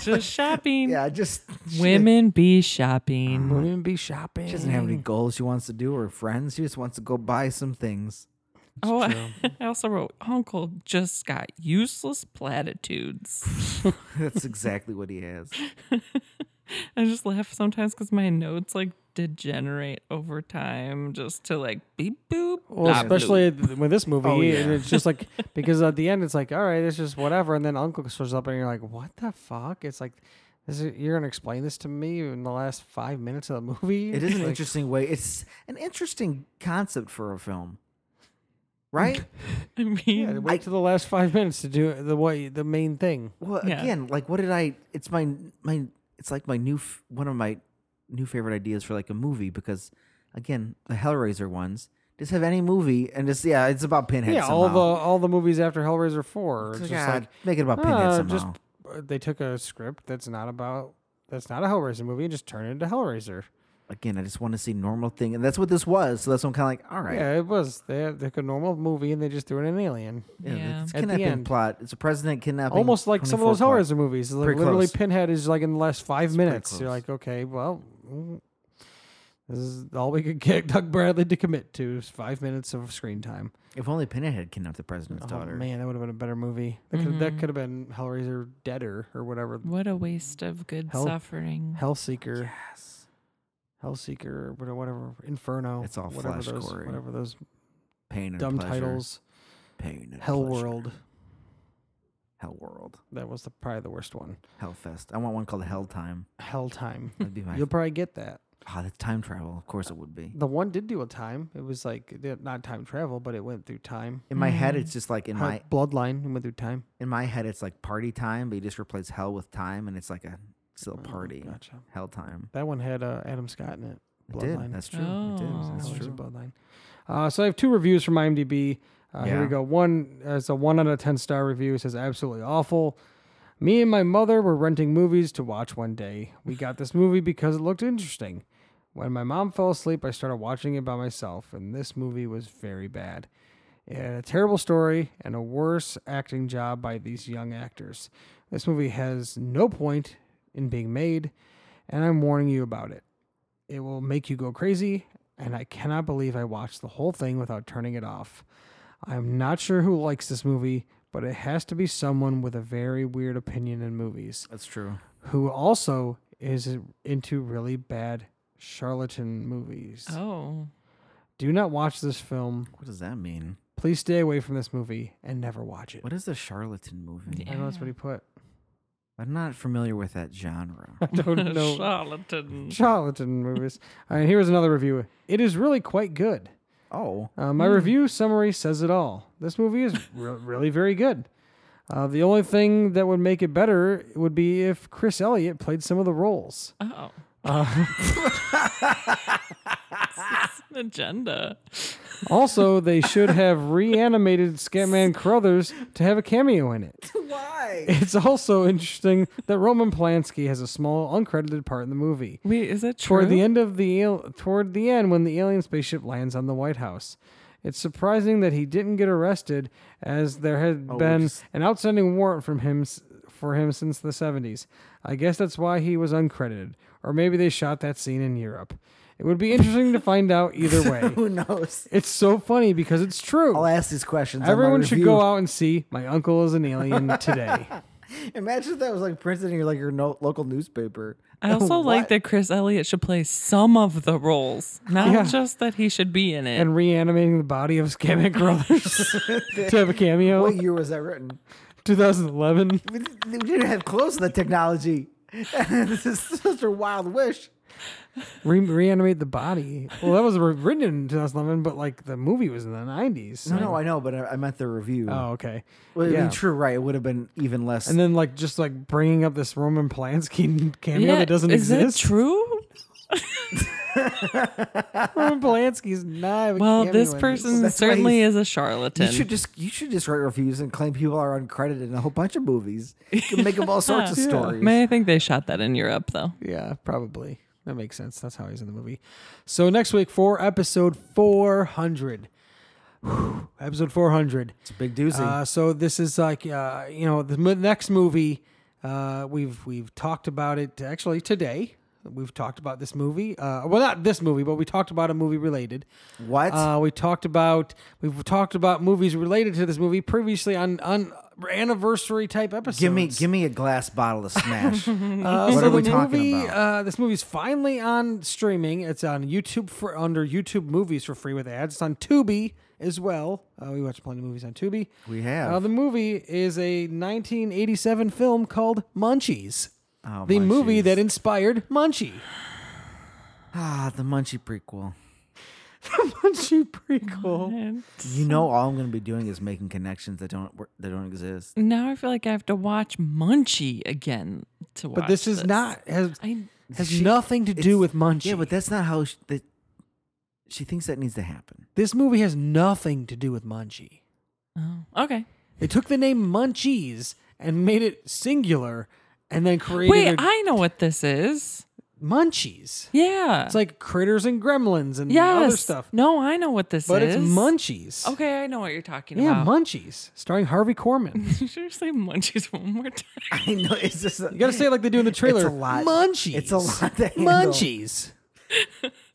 S3: just shopping.
S2: Yeah, just she-
S3: Women be shopping.
S1: Women be shopping.
S2: She doesn't have any goals she wants to do or friends. She just wants to go buy some things. Ah,
S3: Oh, I, I also wrote, Uncle just got useless platitudes.
S2: That's exactly what he has.
S3: I just laugh sometimes because my notes like degenerate over time just to like beep boop.
S1: Well,
S3: blah,
S1: especially th- with this movie,
S2: Oh,
S1: and
S2: yeah.
S1: it's just like because at the end it's like, all right, it's just whatever, and then Uncle shows up, and you're like, what the fuck? It's like, this is, you're gonna explain this to me in the last five minutes of the movie.
S2: It is an
S1: Like,
S2: interesting way. It's an interesting concept for a film, right?
S3: bloop. I mean,
S1: Yeah, wait till the last five minutes to do the way the main thing.
S2: Well,
S3: Yeah.
S2: again, like what did I? It's my my. It's like my new f- one of my new favorite ideas for like a movie because, again, the Hellraiser ones. Just have any movie and just yeah, it's about Pinhead.
S1: yeah, all the all the movies after Hellraiser four are
S2: somehow.
S1: just
S2: God,
S1: like
S2: make it about Pinhead
S1: uh,
S2: somehow.
S1: just uh, they took a script that's not about that's not a Hellraiser movie and just turned it into Hellraiser.
S2: again, I just want to see normal thing, and that's what this was. So that's what I'm kind of like, all right,
S1: Yeah, it was. They had like a normal movie and they just threw in an alien.
S2: yeah,
S3: Yeah.
S2: it's
S1: At the
S2: kidnapping
S1: end.
S2: plot. It's a president kidnapping,
S1: Almost like some of those
S2: 24 plot.
S1: horror movies. Like
S2: Pretty
S1: literally
S2: close.
S1: Pinhead is like in the last five
S2: pretty
S1: minutes. You're
S2: close.
S1: like, okay, well mm, this is all we could get Doug Bradley to commit to is five minutes of screen time.
S2: If only Pinhead had kidnapped the president's
S1: Oh
S2: daughter.
S1: man, that would have been a better movie. That could that could have been Hellraiser Deader or whatever.
S3: What a waste of good
S1: Hell-
S3: suffering.
S1: Hellseeker.
S2: Yes.
S1: Hellseeker or whatever- whatever Inferno.
S2: It's all
S1: whatever
S2: flash
S1: those,
S2: gory.
S1: Whatever those
S2: Pain and
S1: dumb
S2: pleasure.
S1: titles.
S2: Pain and
S1: Hell
S2: pleasure.
S1: World.
S2: Hell world.
S1: That was the, probably the worst one.
S2: Hellfest. I want one called Hell Time.
S1: Hell Time.
S2: That'd be my.
S1: You'll probably get that.
S2: oh, that's time travel. Of course it would be.
S1: The one did do a time. It was like it did- not time travel, but it went through time.
S2: In my head,
S1: Mm.
S2: it's just like in
S1: How-
S2: my
S1: bloodline it went through time.
S2: in my head, it's like party time, but you just replace hell with time, and it's like a still party.
S1: Oh, Gotcha.
S2: Hell time.
S1: That one had uh, Adam Scott in it.
S2: It did.
S1: Bloodline.
S2: That's true. It did.
S3: Oh.
S2: That's
S1: Hellraiser
S2: true.
S1: Bloodline. Uh, so I have two reviews from IMDb. Uh, Here we
S2: Yeah.
S1: go. One is a one out of ten star review. It says absolutely awful. Me and my mother were renting movies to watch one day. We got this movie because it looked interesting. When my mom fell asleep, I started watching it by myself, and this movie was very bad. It had a terrible story and a worse acting job by these young actors. This movie has no point in being made, and I'm warning you about it. It will make you go crazy, and I cannot believe I watched the whole thing without turning it off. I'm not sure who likes this movie, but it has to be someone with a very weird opinion in movies
S2: That's true.
S1: who also is into really bad charlatan movies.
S3: Oh,
S1: Do not watch this film.
S2: What does that mean?
S1: Please stay away from this movie and never watch it.
S2: What is the charlatan movie?
S1: I know that's what he put.
S2: I'm not familiar with that genre.
S1: I don't know.
S3: charlatan.
S1: charlatan movies. And here's another review. It is really quite good.
S2: oh,
S1: Uh, my review summary says it all. This movie is re- really very good. Uh, the only thing that would make it better would be if Chris Elliott played some of the roles.
S3: Oh. It's an agenda.
S1: Also, they should have reanimated Scatman Crothers to have a cameo in it.
S2: why?
S1: It's also interesting that Roman Polanski has a small uncredited part in the movie.
S3: Wait, is that true?
S1: toward the end of the al- toward the end when the alien spaceship lands on the White House. It's surprising that he didn't get arrested, as there had
S2: we
S1: been
S2: just-
S1: an outstanding warrant from him s- for him since the '70s. I guess that's why he was uncredited, or maybe they shot that scene in Europe. It would be interesting to find out either way.
S2: Who knows?
S1: It's so funny because it's true.
S2: I'll ask these questions.
S1: Everyone should go out and see My Uncle is an Alien today.
S2: Imagine if that was like printed in your like your no- local newspaper.
S3: I also like
S2: What?
S3: that Chris Elliott should play some of the roles, not
S1: Yeah.
S3: just that he should be in it.
S1: and reanimating the body of Scamic Brothers to have a cameo.
S2: What year was that written?
S1: 2011.
S2: We didn't- we didn't have close to the technology. this is such a wild wish.
S1: Re- reanimate the body. Well, that was re- written in 2011, but like the movie was in the 90s.
S2: No, no, I know, but I, I meant the review.
S1: Oh, okay.
S2: well, I mean,
S1: yeah.
S2: true, right? It would have been even less.
S1: And then like just like bringing up this Roman Polanski cameo that doesn't
S3: is
S1: exist.
S3: that true?
S1: Roman Polanski's not.
S3: Well, this person
S2: that's why
S3: certainly
S2: he's-
S3: is a charlatan.
S2: you should just you should just write reviews and claim people are uncredited in a whole bunch of movies. You can make up all sorts of
S1: Yeah.
S2: stories.
S3: May I think they shot that in Europe though.
S1: Yeah, probably. That makes sense. That's how he's in the movie. So next week for episode 400. Whew, episode 400.
S2: It's a big doozy.
S1: Uh, so this is like uh, you know the m- next movie uh, we've we've talked about it actually today. We've talked about this movie. Uh, well, not this movie, but we talked about a movie related.
S2: what?
S1: Uh, we talked about we've talked about movies related to this movie previously on on anniversary type episodes.
S2: give me give me a glass bottle of Smash. what
S1: so
S2: are we
S1: the
S2: talking
S1: movie,
S2: about?
S1: Uh, this movie's finally on streaming. It's on YouTube for under YouTube Movies for free with ads. It's on Tubi as well. Uh, we watch plenty of movies on Tubi.
S2: We have.
S1: Uh, the movie is a 1987 film called Munchies.
S2: Oh,
S1: the movie
S2: munchies.
S1: that inspired Munchie.
S2: ah the Munchie prequel.
S1: Munchie prequel.
S2: You know, all I'm going to be doing is making connections that don't wor- that don't exist.
S3: Now I feel like I have to watch Munchie again to watch.
S1: But this is not has
S3: I
S1: has
S2: She-
S1: nothing to do
S2: it's-
S1: with Munchie.
S2: Yeah, but that's not how she, that, she thinks that needs to happen.
S1: this movie has nothing to do with Munchie.
S3: oh, okay.
S1: They took the name Munchies and made it singular, and then created.
S3: Wait,
S1: a-
S3: I know what this is.
S1: munchies.
S3: Yeah.
S1: It's like critters and gremlins and
S3: yes.
S1: other stuff.
S3: No, I know what this
S1: but
S3: is.
S1: it's munchies.
S3: Okay, I know what you're talking
S1: Yeah,
S3: about.
S1: munchies. Starring Harvey Korman.
S3: you should say munchies one more time.
S2: I know it's just. uh,
S1: You gotta say it like they do in the trailer.
S2: lot.
S1: Munchies.
S2: It's a lot to handle.
S1: munchies.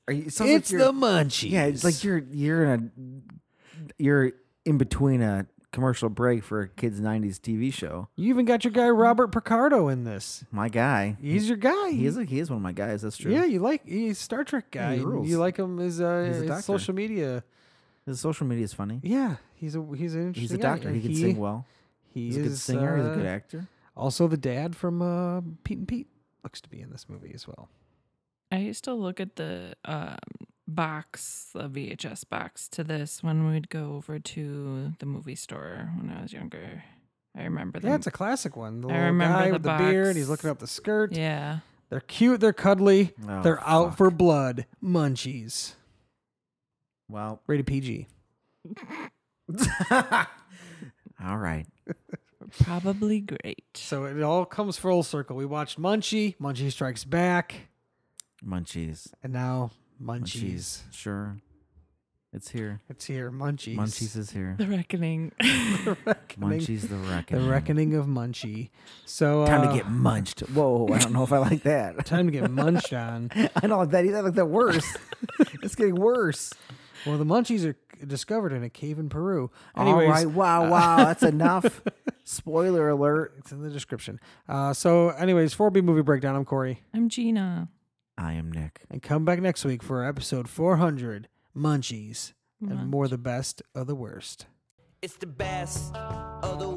S2: Are you, it sounds
S1: It's the
S2: like you're-
S1: munchies.
S2: Yeah, it's like you're you're in a you're in between a commercial break for a kids '90s TV show.
S1: you even got your guy Robert Picardo in this.
S2: My guy,
S1: He's your guy.
S2: he is like he is one of my guys. That's true.
S1: Yeah, you like he's a Star Trek guy.
S2: he
S1: and
S2: rules.
S1: You like him as uh,
S2: He's a
S1: his
S2: doctor.
S1: social media.
S2: his social media is funny.
S1: Yeah, he's a he's an interesting.
S2: He's a
S1: guy.
S2: doctor. He can sing well.
S1: He
S2: He's
S1: is
S2: a good singer. he's a good
S1: uh,
S2: actor.
S1: Also, the dad from uh, Pete and Pete looks to be in this movie as well.
S3: I used to look at the um, box, the VHS box to this when we'd go over to the movie store when I was younger. I remember that.
S1: Yeah, it's a classic one. The
S3: I
S1: little
S3: remember
S1: guy
S3: the
S1: with the beard. He's
S3: box.
S1: looking up the skirt.
S3: yeah.
S1: They're cute. They're cuddly.
S2: Oh,
S1: they're out
S2: fuck.
S1: for blood. Munchies.
S2: Well,
S1: Rated PG.
S2: all right.
S3: Probably great.
S1: So it all comes full circle. We watched Munchie. Munchie Strikes Back,
S2: Munchies.
S1: and now
S2: Munchies.
S1: Munchies.
S2: Sure. It's here.
S1: It's here. Munchies.
S2: Munchies is here.
S3: The reckoning.
S1: The reckoning.
S2: Munchies the
S1: The
S2: reckoning.
S1: reckoning of Munchie. So uh,
S2: Time to get munched. Whoa, I don't know if I like that.
S1: time to get munched on.
S2: I don't like that either. I like that worse. it's getting worse.
S1: Well, the Munchies are discovered in a cave in Peru.
S2: All
S1: Anyways,
S2: right. Wow, wow. That's enough. Spoiler alert.
S1: It's in the description. Uh, so, anyways, 4B movie breakdown. I'm Corey,
S3: I'm Gina.
S2: I am Nick.
S1: and come back next week for episode 400 Munchies and more the best of the worst.
S4: It's the best of the